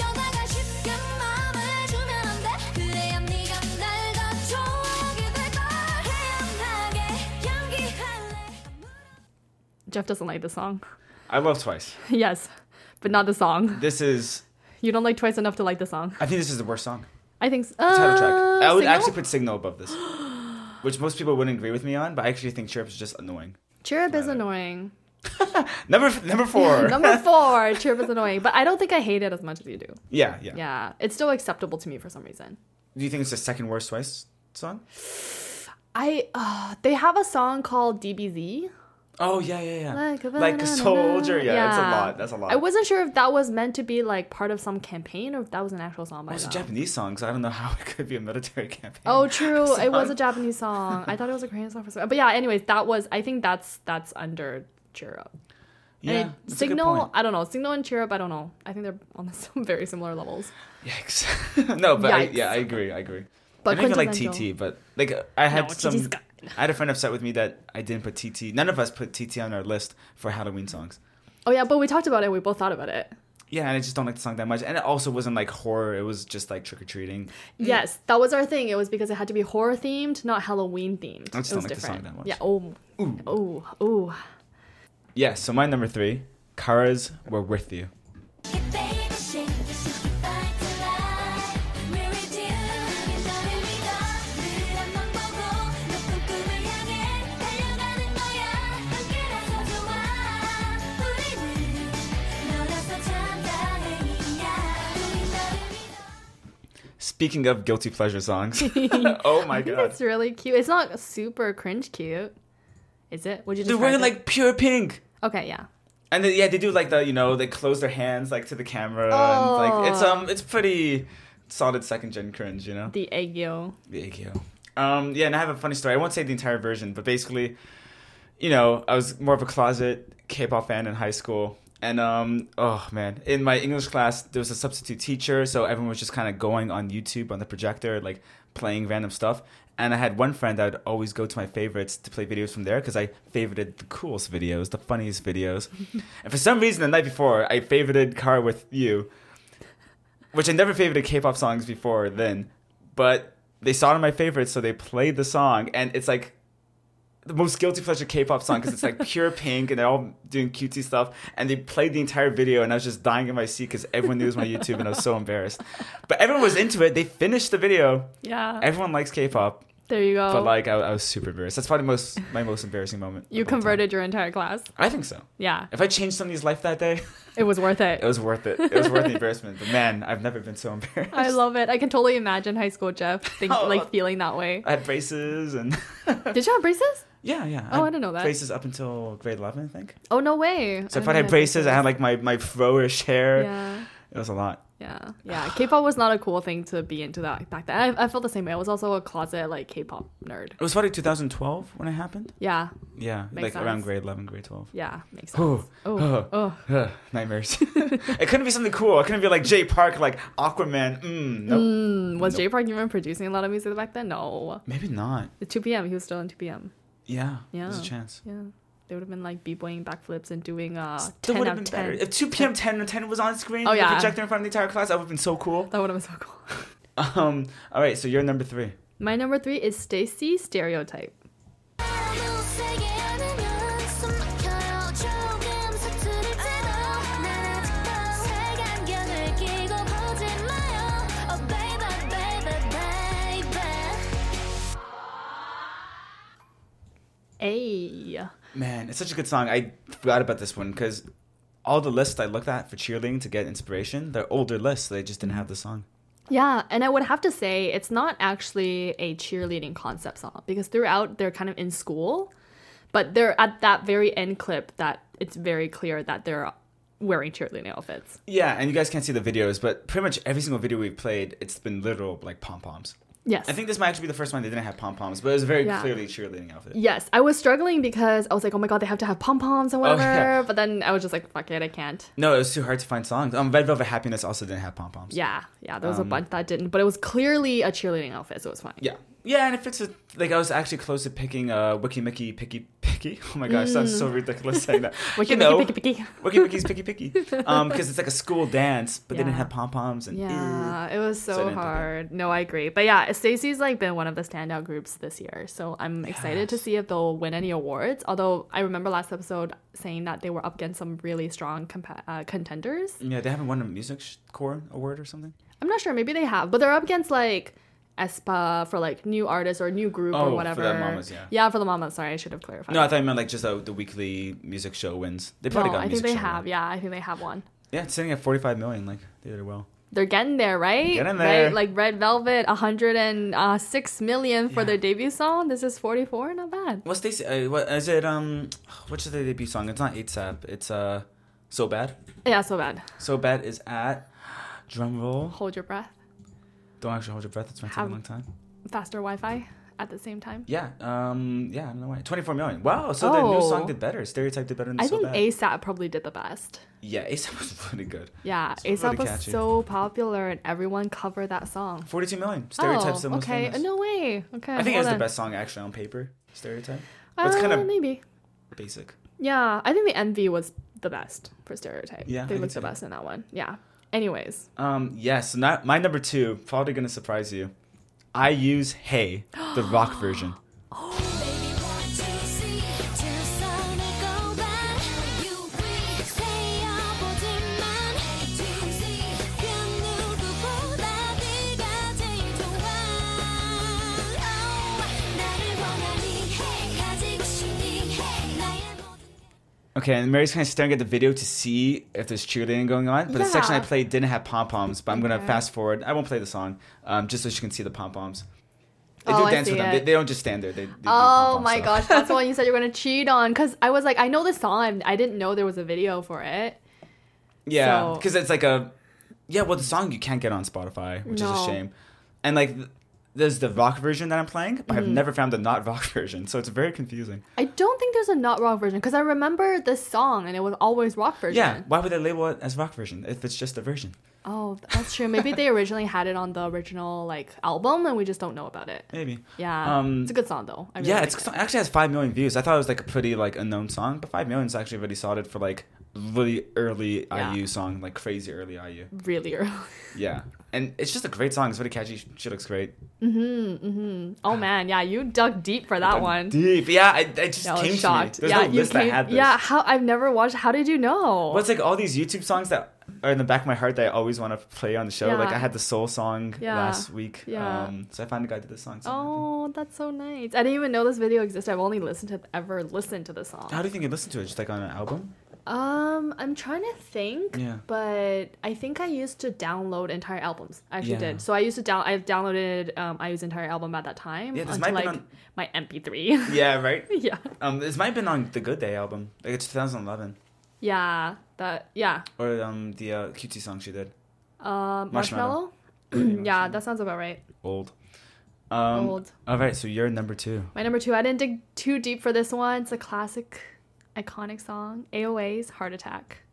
S3: 연하가 쉽게 마음을 주면 안돼 그래야 네가 날 더 좋아하게 될걸 태연하게 연기할래
S1: Jeff doesn't like the song.
S2: I love Twice.
S1: yes, but not the song.
S2: This is,
S1: You don't like Twice enough to like the song.
S2: I think this is the worst song.
S1: I think. s-
S2: Title track.
S1: uh,
S2: I would
S1: Signal?
S2: actually put Signal above this, which most people wouldn't agree with me on, but I actually think Chirp is just annoying.
S1: Cherub is annoying.
S2: Number f- number four.
S1: Number four, Cherub is annoying, but I don't think I hate it as much as you do.
S2: yeah, yeah,
S1: Yeah, it's still acceptable to me for some reason.
S2: Do you think it's the second worst Twice song?
S1: I uh, they have a song called DBZ.
S2: Oh yeah, yeah, yeah. Like a,
S1: banana.
S2: soldier. Yeah, it's a lot. That's a lot.
S1: I wasn't sure if that was meant to be like part of some campaign or if that was an actual song. By
S2: It's a
S1: them.
S2: Japanese song, so I don't know how it could be a military campaign.
S1: Oh, true. It was a Japanese song. I thought it was a Korean song for some. But yeah, anyways, that was. I think that's that's under cheer up.
S2: yeah.
S1: And
S2: that's a good
S1: signal.
S2: point.
S1: I don't know. Signal and cheer up. I don't know. I think they're on some very similar levels.
S2: Yikes. no, but I,
S1: Yikes.
S2: yeah, I agree. I agree.
S1: But
S2: I don't even like
S1: quintessential.
S2: TT, but like I had
S1: No, TT 's
S2: some.
S1: got-
S2: I had a friend upset with me that I didn't put TT. None of us put TT on our list for Halloween songs.
S1: Oh yeah, but we talked about it. We both thought about it.
S2: Yeah, and I just don't like the song that much. And it also wasn't like horror; it was just like trick or treating.
S1: Yes, that was our thing. It was because it had to be horror themed, not Halloween themed.
S2: I just
S1: it was
S2: don't like the song
S1: different.
S2: that much.
S1: Yeah. Oh. Ooh. Ooh. Ooh.
S2: Yeah, so my number three, Kara's "We're With You."
S3: Baby, shake it, shake it back to life. 메리디언이 나를 믿어. 늘 앞만 보고 높은 꿈을 향해 달려가는 거야. 함께라서 좋아. 우리는 너라서 참 다행이야. 우리 나를 믿어.
S2: Speaking of guilty pleasure songs, oh my god,
S1: It's really cute. It's not super cringe cute, is it? Would you?
S2: they're
S1: Describe
S2: wearing
S1: it?
S2: like pure pink.
S1: Okay. Yeah.
S2: And then, yeah, they do like the you know they close their hands like to the camera and like it's
S1: Oh.
S2: um it's pretty solid second gen cringe, you know.
S1: The egg yo.
S2: Thank you. Um, yeah, and I have a funny story. I won't say the entire version, but basically, you know, I was more of a closet K-pop fan in high school, and um, oh man, in my English class there was a substitute teacher, so everyone was just kind of going on YouTube on the projector, like playing random stuff. And I had one friend that would always go to my favorites to play videos from there because I favorited the coolest videos, the funniest videos. and for some reason, the night before, I favorited Car with You, which I never favorited K-pop songs before then, but they saw it in my favorites, so they played the song, and it's like the most guilty pleasure K-pop song because it's like pure pink, and they're all doing cutesy stuff, and they played the entire video, and I was just dying in my seat because everyone knew it was my YouTube, and I was so embarrassed. But everyone was into it. They finished the video.
S1: Yeah.
S2: Everyone likes K-pop,
S1: there you go.
S2: but like I, I was super embarrassed. That's probably most my most embarrassing moment.
S1: Oh. you
S2: of all time.
S1: converted your entire class.
S2: I think so.
S1: Yeah.
S2: If I changed somebody's life that day,
S1: It was worth it.
S2: it was worth it. It was worth the embarrassment. But man, I've never been so embarrassed.
S1: I love it. I can totally imagine high school Jeff think,
S2: Oh.
S1: like feeling that way.
S2: I had braces and
S1: Did you have braces?
S2: yeah, yeah.
S1: Oh, I
S2: had
S1: didn't know that.
S2: Braces up until grade eleven, I think.
S1: Oh no way.
S2: So if
S1: don't
S2: I had
S1: think
S2: braces, I had like my my froish hair.
S1: Yeah.
S2: It was a lot.
S1: Yeah, yeah. K-pop was not a cool thing to be into that back then. I, I felt the same way. I was also a closet like K-pop nerd.
S2: It was probably 2012 when it happened.
S1: Yeah,
S2: Yeah,
S1: Makes
S2: like around
S1: sense.
S2: grade 11, grade 12.
S1: yeah, makes sense.
S2: Oh,
S1: Oh, oh.
S2: Ugh, nightmares. it couldn't be something cool. It couldn't be like Jay Park, like Aquaman. Mm, nope.
S1: Mm, was J Park even producing a lot of music back then? No,
S2: Maybe not.
S1: it's 2 p.m. He was still in 2 p.m.
S2: Yeah,
S1: Yeah.
S2: there's a chance.
S1: Yeah, they would have been like b-boying backflips and doing uh
S2: That
S1: 10
S2: would
S1: out
S2: have
S1: of
S2: been
S1: 10.
S2: better. If 2 p.m. 10 and 10 was on screen,
S1: Oh,
S2: the
S1: yeah.
S2: projector in front of the entire class, that would have been so cool.
S1: That would have been so cool.
S2: Um, all right, so you're number three.
S1: My number three is Stacy Stereotype.
S3: 너무 세게 안으면 숨 막혀요 조금 서투를지도 난 아직도 색안경을 끼고 보지 마요 Oh baby baby baby
S1: Ay.
S2: Man, it's such a good song. I forgot about this one because all the lists I looked at for cheerleading to get inspiration, they're older lists. They just didn't have the song.
S1: Yeah, and I would have to say it's not actually a cheerleading concept song because throughout they're kind of in school, but they're at that very end clip that it's very clear that they're wearing cheerleading outfits.
S2: Yeah, and you guys can't see the videos, but pretty much every single video we've played, it's been literal like pom poms.
S1: Yes.
S2: I think this might actually be the first one they didn't have pom poms, but it was a very
S1: Yeah.
S2: clearly cheerleading outfit.
S1: Yes, I was struggling because I was like, oh my god, they have to have pom poms and whatever.
S2: Oh, yeah.
S1: But then I was just like, fuck it, I can't.
S2: No, it was too hard to find songs. Um, Red Velvet Happiness also didn't have pom poms.
S1: Yeah, yeah, there was a bunch that didn't, but it was clearly a cheerleading outfit, so it's fine.
S2: Um, Yeah. Yeah, and if it's a, like I was actually close to picking uh, Wiki Mickey Picky Picky. Oh my gosh, sounds so ridiculous saying that.
S1: Mm. Wiki
S2: You
S1: Mickey
S2: know,
S1: Picky Picky.
S2: Wiki Mickey's Picky Picky. Um, because it's like a school dance, but they didn't
S1: Yeah.
S2: have pom poms and ew.
S1: Yeah, it was
S2: Mm. I didn't
S1: so
S2: do that.
S1: hard. No, I agree. But yeah, Stacey's like been one of the standout groups this year. So I'm excited to see if they'll win any awards. Although I remember last episode saying that they were up against some really strong compa- uh, contenders.
S2: Yeah, they haven't won a music sh- core award or something.
S1: I'm not sure, maybe they have, but they're up against like Espa for like new artists or new group
S2: Oh, for
S1: or
S2: the
S1: whatever.
S2: Mamas, yeah.
S1: Yeah, for the mamas. Sorry, I should have clarified.
S2: No, I thought you meant like just uh, the weekly music show wins. They probably
S1: No,
S2: got. a
S1: I think
S2: music
S1: they
S2: show
S1: have.
S2: Win.
S1: Yeah, I think they have one.
S2: Yeah, it's sitting at forty-five million. Like they did well.
S1: They're getting there, right?
S2: Getting there.
S1: Right? Like Red Velvet, 106 uh, million for
S2: Yeah.
S1: their debut song. This is 44, not bad.
S2: What's they? Uh, what is it? Um, what's the debut song? It's not ASAP. It's uh, so bad.
S1: Yeah, so bad.
S2: So bad is at. Drum roll.
S1: Hold your breath.
S2: Don't actually hold your breath. It's been taking a
S1: Have-
S2: long time.
S1: Faster Wi Fi at the same time.
S2: Yeah. Um. Yeah. I don't know why. Twenty-four million. Wow. So the new
S1: Oh.
S2: song did better. Stereotype did better than
S1: I
S2: so
S1: think
S2: bad.
S1: ASAP probably did the best.
S2: yeah, ASAP was really good.
S1: Yeah,
S2: It's really
S1: ASAP was
S2: catchy.
S1: so popular and everyone covered that song.
S2: Forty-two million. Stereotype's the
S1: oh,
S2: most
S1: okay.
S2: famous.
S1: No way. Okay.
S2: I think
S1: hold
S2: it's the
S1: on.
S2: best song actually on paper. Stereotype.
S1: Uh,
S2: But it's kind of
S1: maybe.
S2: basic.
S1: Yeah, I think the MV was the best for Stereotype.
S2: Yeah, I
S1: they
S2: can
S1: looked
S2: see
S1: the
S2: that.
S1: best in that one. Yeah. Anyways,
S2: Um, yeah, so not my number two, probably gonna surprise you. I use Hey, the rock version.
S3: Baby, want to see till sun go back. You will say 아버지만 주지. 그 누구보다 네가 제일 좋아. Oh, 나를 원하니 가지고 싶니 나의 모든.
S2: Okay, and Mary's kind of staring at the video to see if there's cheerleading going on, but the section I
S1: Yeah.
S2: played didn't have pom poms. But I'm gonna
S1: Okay.
S2: fast forward. I won't play the song, um, just so she can see the pom poms. They
S1: Oh,
S2: do
S1: I
S2: dance
S1: see
S2: with them. They,
S1: it.
S2: they don't just stand there. They, they do
S1: oh
S2: pom-pom
S1: my
S2: stuff.
S1: gosh, that's the one you said you're gonna cheat on because I was like, I know the song, I didn't know there was a video for it.
S2: Yeah,
S1: So-
S2: because it's like a yeah. Well, the song you can't get on Spotify, which is a
S1: No.
S2: shame. And like, th- there's the rock version that I'm playing, but
S1: Mm-hmm.
S2: I've never found the not rock version, so it's very confusing.
S1: I don't think there's a not rock version because I remember this song and it was always rock version.
S2: Yeah, why would they label it as rock version if it's just a version?
S1: Oh, that's true. Maybe they originally had it on the original like album and we just don't know about it.
S2: Maybe.
S1: Yeah.
S2: Um,
S1: it's a good song though. I really
S2: yeah,
S1: like
S2: it's
S1: it.
S2: it actually has five million views. I thought it was like a pretty like unknown song, but five million is actually really solid for like really early
S1: Yeah.
S2: IU song, like crazy early IU.
S1: really early.
S2: Yeah, and it's just a great song. It's really catchy. She looks great.
S1: oh man, yeah, you dug deep for that one.
S2: Deep. Yeah, I, I just
S1: I was
S2: came
S1: shocked.
S2: to me. There's
S1: yeah,
S2: no
S1: you
S2: list
S1: came.
S2: that had this.
S1: Yeah, how I've never watched. How did you know?
S2: Well, it's like all these YouTube songs that are in the back of my heart that I always want to play on the show. Like
S1: Yeah.
S2: I had the soul song
S1: Yeah.
S2: last week.
S1: Yeah.
S2: Um, so I finally got to this song. So I'm happy.
S1: oh, that's so nice. I didn't even know this video existed. I've only listened to ever listened to the song.
S2: How do you think you listen to it? Just like on an album?
S1: Um, I'm trying to think.
S2: Yeah.
S1: But I think I used to download entire albums. I actually
S2: Yeah.
S1: did. So I used to down. I downloaded um I used entire album at that time.
S2: Yeah, this
S1: onto,
S2: might be
S1: like
S2: on-
S1: my MP3.
S2: Yeah, right.
S1: yeah.
S2: Um, this might have been on the Good Day album, like it's 2011,
S1: Yeah. That. Yeah.
S2: or um the uh, cutesy song she did.
S1: Um,
S2: Marshmallow.
S1: marshmallow. yeah, that sounds about right.
S2: Old. Um,
S1: Old.
S2: All right, so you're number two.
S1: My number two. I didn't dig too deep for this one. It's a classic, iconic song. AOA's "Heart Attack."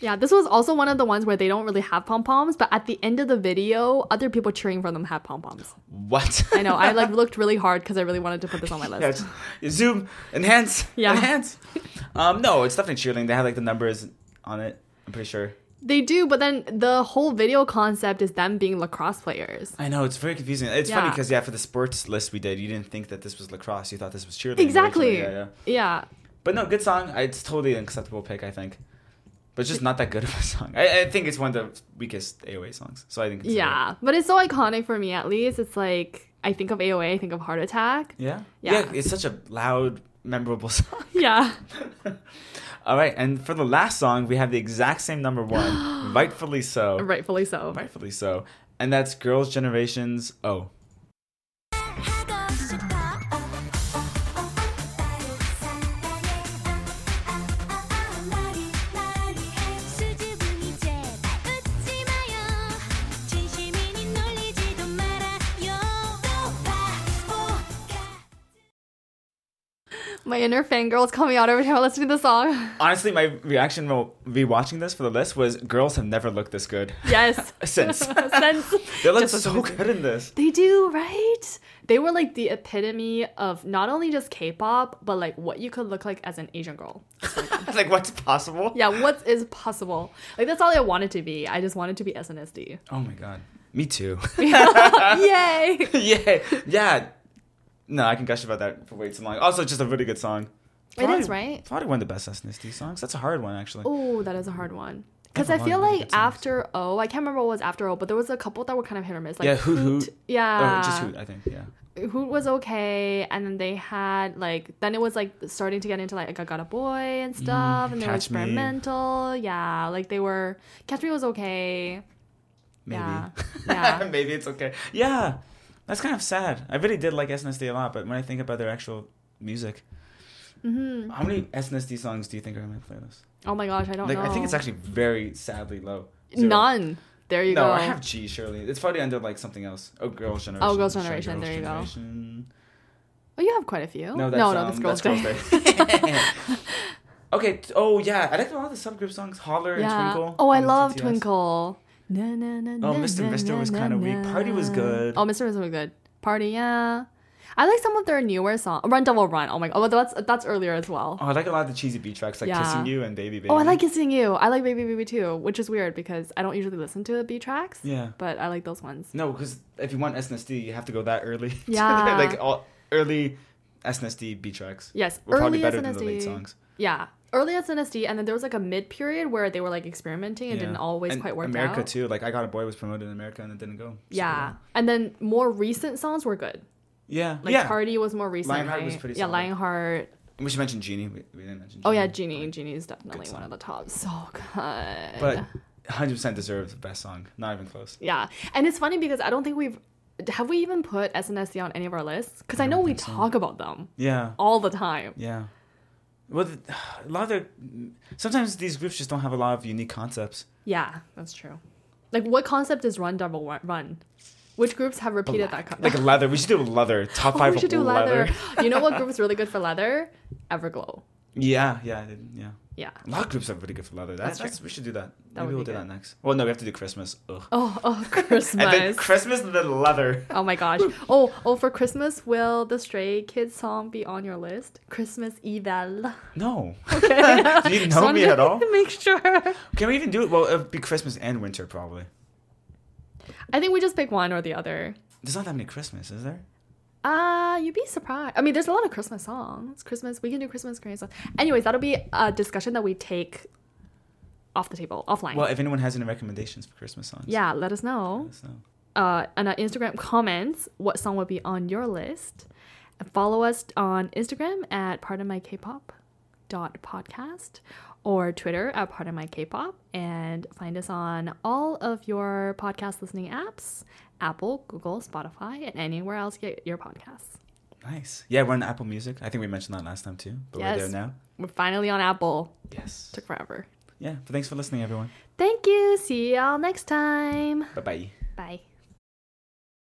S1: Yeah, this was also one of the ones where they don't really have pom poms, but at the end of the video, other people cheering for them have pom poms.
S2: What?
S1: I know. I like looked really hard because I really wanted to put this on my list.
S2: Yeah, just- you zoom, enhance,
S1: Yeah.
S2: enhance. Um, no, it's definitely cheerleading. They had like the numbers on it. I'm pretty sure.
S1: They do, but then the whole video concept is them being lacrosse players.
S2: I know it's very confusing. It's funny
S1: Yeah.
S2: because yeah, for the sports list we did, you didn't think that this was lacrosse. You thought this was cheerleading.
S1: Exactly.
S2: originally. Yeah, yeah.
S1: Yeah.
S2: But no, good song. It's totally an acceptable pick, I think. But it's just not that good of a song. I, I think it's one of the weakest AOA songs. So I think it's
S1: Yeah, but it's so iconic for me at least. It's like I think of AOA, I think of Heart Attack.
S2: Yeah.
S1: Yeah.
S2: It's such a loud, memorable song.
S1: Yeah.
S2: All right. And for the last song, we have the exact same number one. rightfully so.
S1: rightfully so.
S2: Rightfully so. And that's Girls' Generations Oh.
S3: 하고 싶어 오빠를 사랑해 아아아 말이 많이 해 수줍음이 제발 웃지 마요 진심이니 놀리지도 말아요 또봐
S1: My inner fangirl's coming out every time I listen to the song.
S2: Honestly, my reaction while rewatching this for the list was girls have never looked this good
S1: Yes.
S2: since.
S1: Sense.
S2: they look
S1: Just listen
S2: so
S1: to it.
S2: good in this.
S1: They do, right? They were like the epitome of not only just K-pop, but like what you could look like as an Asian girl.
S2: like, what's possible?
S1: Yeah, what is possible? Like that's all I wanted to be. I just wanted to be SNSD.
S2: Oh my god. Me too.
S1: Yay!
S2: yeah. Yeah. No, I can gush about that for way too long. Also, just a really good song.
S1: It is, right?
S2: Probably one of the best SNSD songs. That's a hard one, actually.
S1: Oh, that is a hard one. Because
S2: I
S1: I
S2: have a
S1: feel
S2: lot of really
S1: like
S2: good songs.
S1: after O, I can't remember what was after O, but there was a couple that were kind of hit or miss. Like
S2: yeah, Hoot Hoot.
S1: Yeah.
S2: Or just Hoot, I think. Yeah.
S1: Hoot was okay, and then they had like then it was like starting to get into like I Got a Boy and stuff, and they were
S2: Mm-hmm. Catch Me.
S1: experimental. Yeah, like they were Catch Me was okay.
S2: Maybe.
S1: Yeah. Yeah.
S2: Maybe it's okay. Yeah. That's kind of sad. I really did like SNSD a lot, but when I think about their actual music, how many SNSD songs do you think are on my playlist?
S1: Mm-hmm. Oh my gosh, I don't
S2: Like,
S1: know.
S2: I think it's actually very sadly low. Zero.
S1: none. There you
S2: No,
S1: go.
S2: I have G, surely. It's probably under like something else. Oh, Girls' Generation.
S1: Oh, Girls'
S2: Sorry,
S1: Generation, there you go.
S2: Generation.
S1: oh, you have quite a few.
S2: No, that's,
S1: no,
S2: um,
S1: no, this girl's
S2: that's
S1: day.
S2: Girls' Day. okay. t- Oh yeah, I like a lot of the subgroup songs. Holler and
S1: yeah.
S2: Twinkle.
S1: Oh, I
S2: on
S1: love
S2: TTS.
S1: Twinkle. Na, na, na,
S2: Oh,
S1: na,
S2: Mr.
S1: na,
S2: Mister
S1: na,
S2: was
S1: na,
S2: kind of weak. Party was
S1: na.
S2: good.
S1: Oh, Mr. Mister was good. Party, yeah. I like some of their newer songs. Run Devil Run. Oh my god. Oh, but that's that's earlier as well.
S2: Oh, I like a lot of the cheesy beat tracks like
S1: Yeah.
S2: Kissing You and Baby Baby.
S1: Oh, I like Kissing You. I like Baby Baby too, which is weird because I don't usually listen to the B tracks.
S2: Yeah.
S1: But I like those ones.
S2: No, because if you want SNSD, you have to go that early.
S1: Yeah.
S2: like all early SNSD beat tracks.
S1: Yes,
S2: Were probably
S1: early
S2: better than the late
S1: SNSD.
S2: songs.
S1: Yeah. Early as SNSD, and then there was like a mid period where they were like experimenting and
S2: Yeah.
S1: didn't always
S2: And
S1: quite work
S2: America
S1: out.
S2: too. Like I Got a Boy was promoted in America and it didn't go. So,
S1: Yeah. And then more recent songs were good.
S2: Yeah.
S1: Like
S2: yeah.
S1: Party was more recent.
S2: Lionheart was
S1: right?
S2: pretty
S1: Yeah,
S2: solid.
S1: Lionheart.
S2: We should mention Genie. We, we didn't mention. Genie.
S1: Oh yeah, Genie. Genie is definitely
S2: Good
S1: one
S2: song.
S1: of the top. So good.
S2: But 100% deserves the best song. Not even close.
S1: yeah, and it's funny because I don't think we've have we even put SNSD on any of our lists because I, know we talk about them
S2: Yeah.
S1: all the time.
S2: Yeah. Well, th- a lot of their sometimes these groups just don't have a lot of unique concepts.
S1: Yeah, that's true. Like, what concept is Run Double Wa- Run? Which groups have repeated that concept?
S2: Like leather, we should do leather. Top
S1: Oh,
S2: five.
S1: we should do
S2: of
S1: leather. you know what group is really good for leather? Everglow.
S2: Yeah, yeah, I did- yeah.
S1: Yeah.
S2: A lot of groups are really good for leather.
S1: That's
S2: That's,
S1: true.
S2: that's we should do that.
S1: That
S2: Maybe
S1: would
S2: we'll do
S1: be
S2: that
S1: good.
S2: next. Well, no, we have to do Christmas. Ugh.
S1: Oh, oh,
S2: And then
S1: Christmas.
S2: Christmas and then leather.
S1: oh my gosh. Oh, oh, for Christmas, will the Stray Kids song be on your list? Christmas Evil.
S2: No. do you know me at all?
S1: Make sure.
S2: Can we even do it? Well, it'd be Christmas and winter probably.
S1: I think we just pick one or the other.
S2: There's not that many Christmas, is there?
S1: Ah, you'd be surprised. I mean, there's a lot of Christmas songs. Christmas, we can do Christmas Korean songs. Anyways, that'll be a discussion that we take off the table, offline.
S2: Well, if anyone has any recommendations for Christmas songs,
S1: yeah, let us know.
S2: let us know.
S1: Uh, and our Instagram comments what song would be on your list. And follow us on Instagram at part of my K-pop dot podcast or Twitter at part of my K-pop and find us on all of your podcast listening apps, Apple, Google, Spotify, and anywhere else you get your podcasts.
S2: Nice. Yeah, we're on Apple Music. I think we mentioned that last time too, but we're there
S1: Yes.
S2: now.
S1: We're finally on Apple.
S2: Yes.
S1: Took forever.
S2: Yeah. But thanks for listening, everyone.
S1: Thank you. See y'all next time.
S2: Bye bye.
S1: Bye.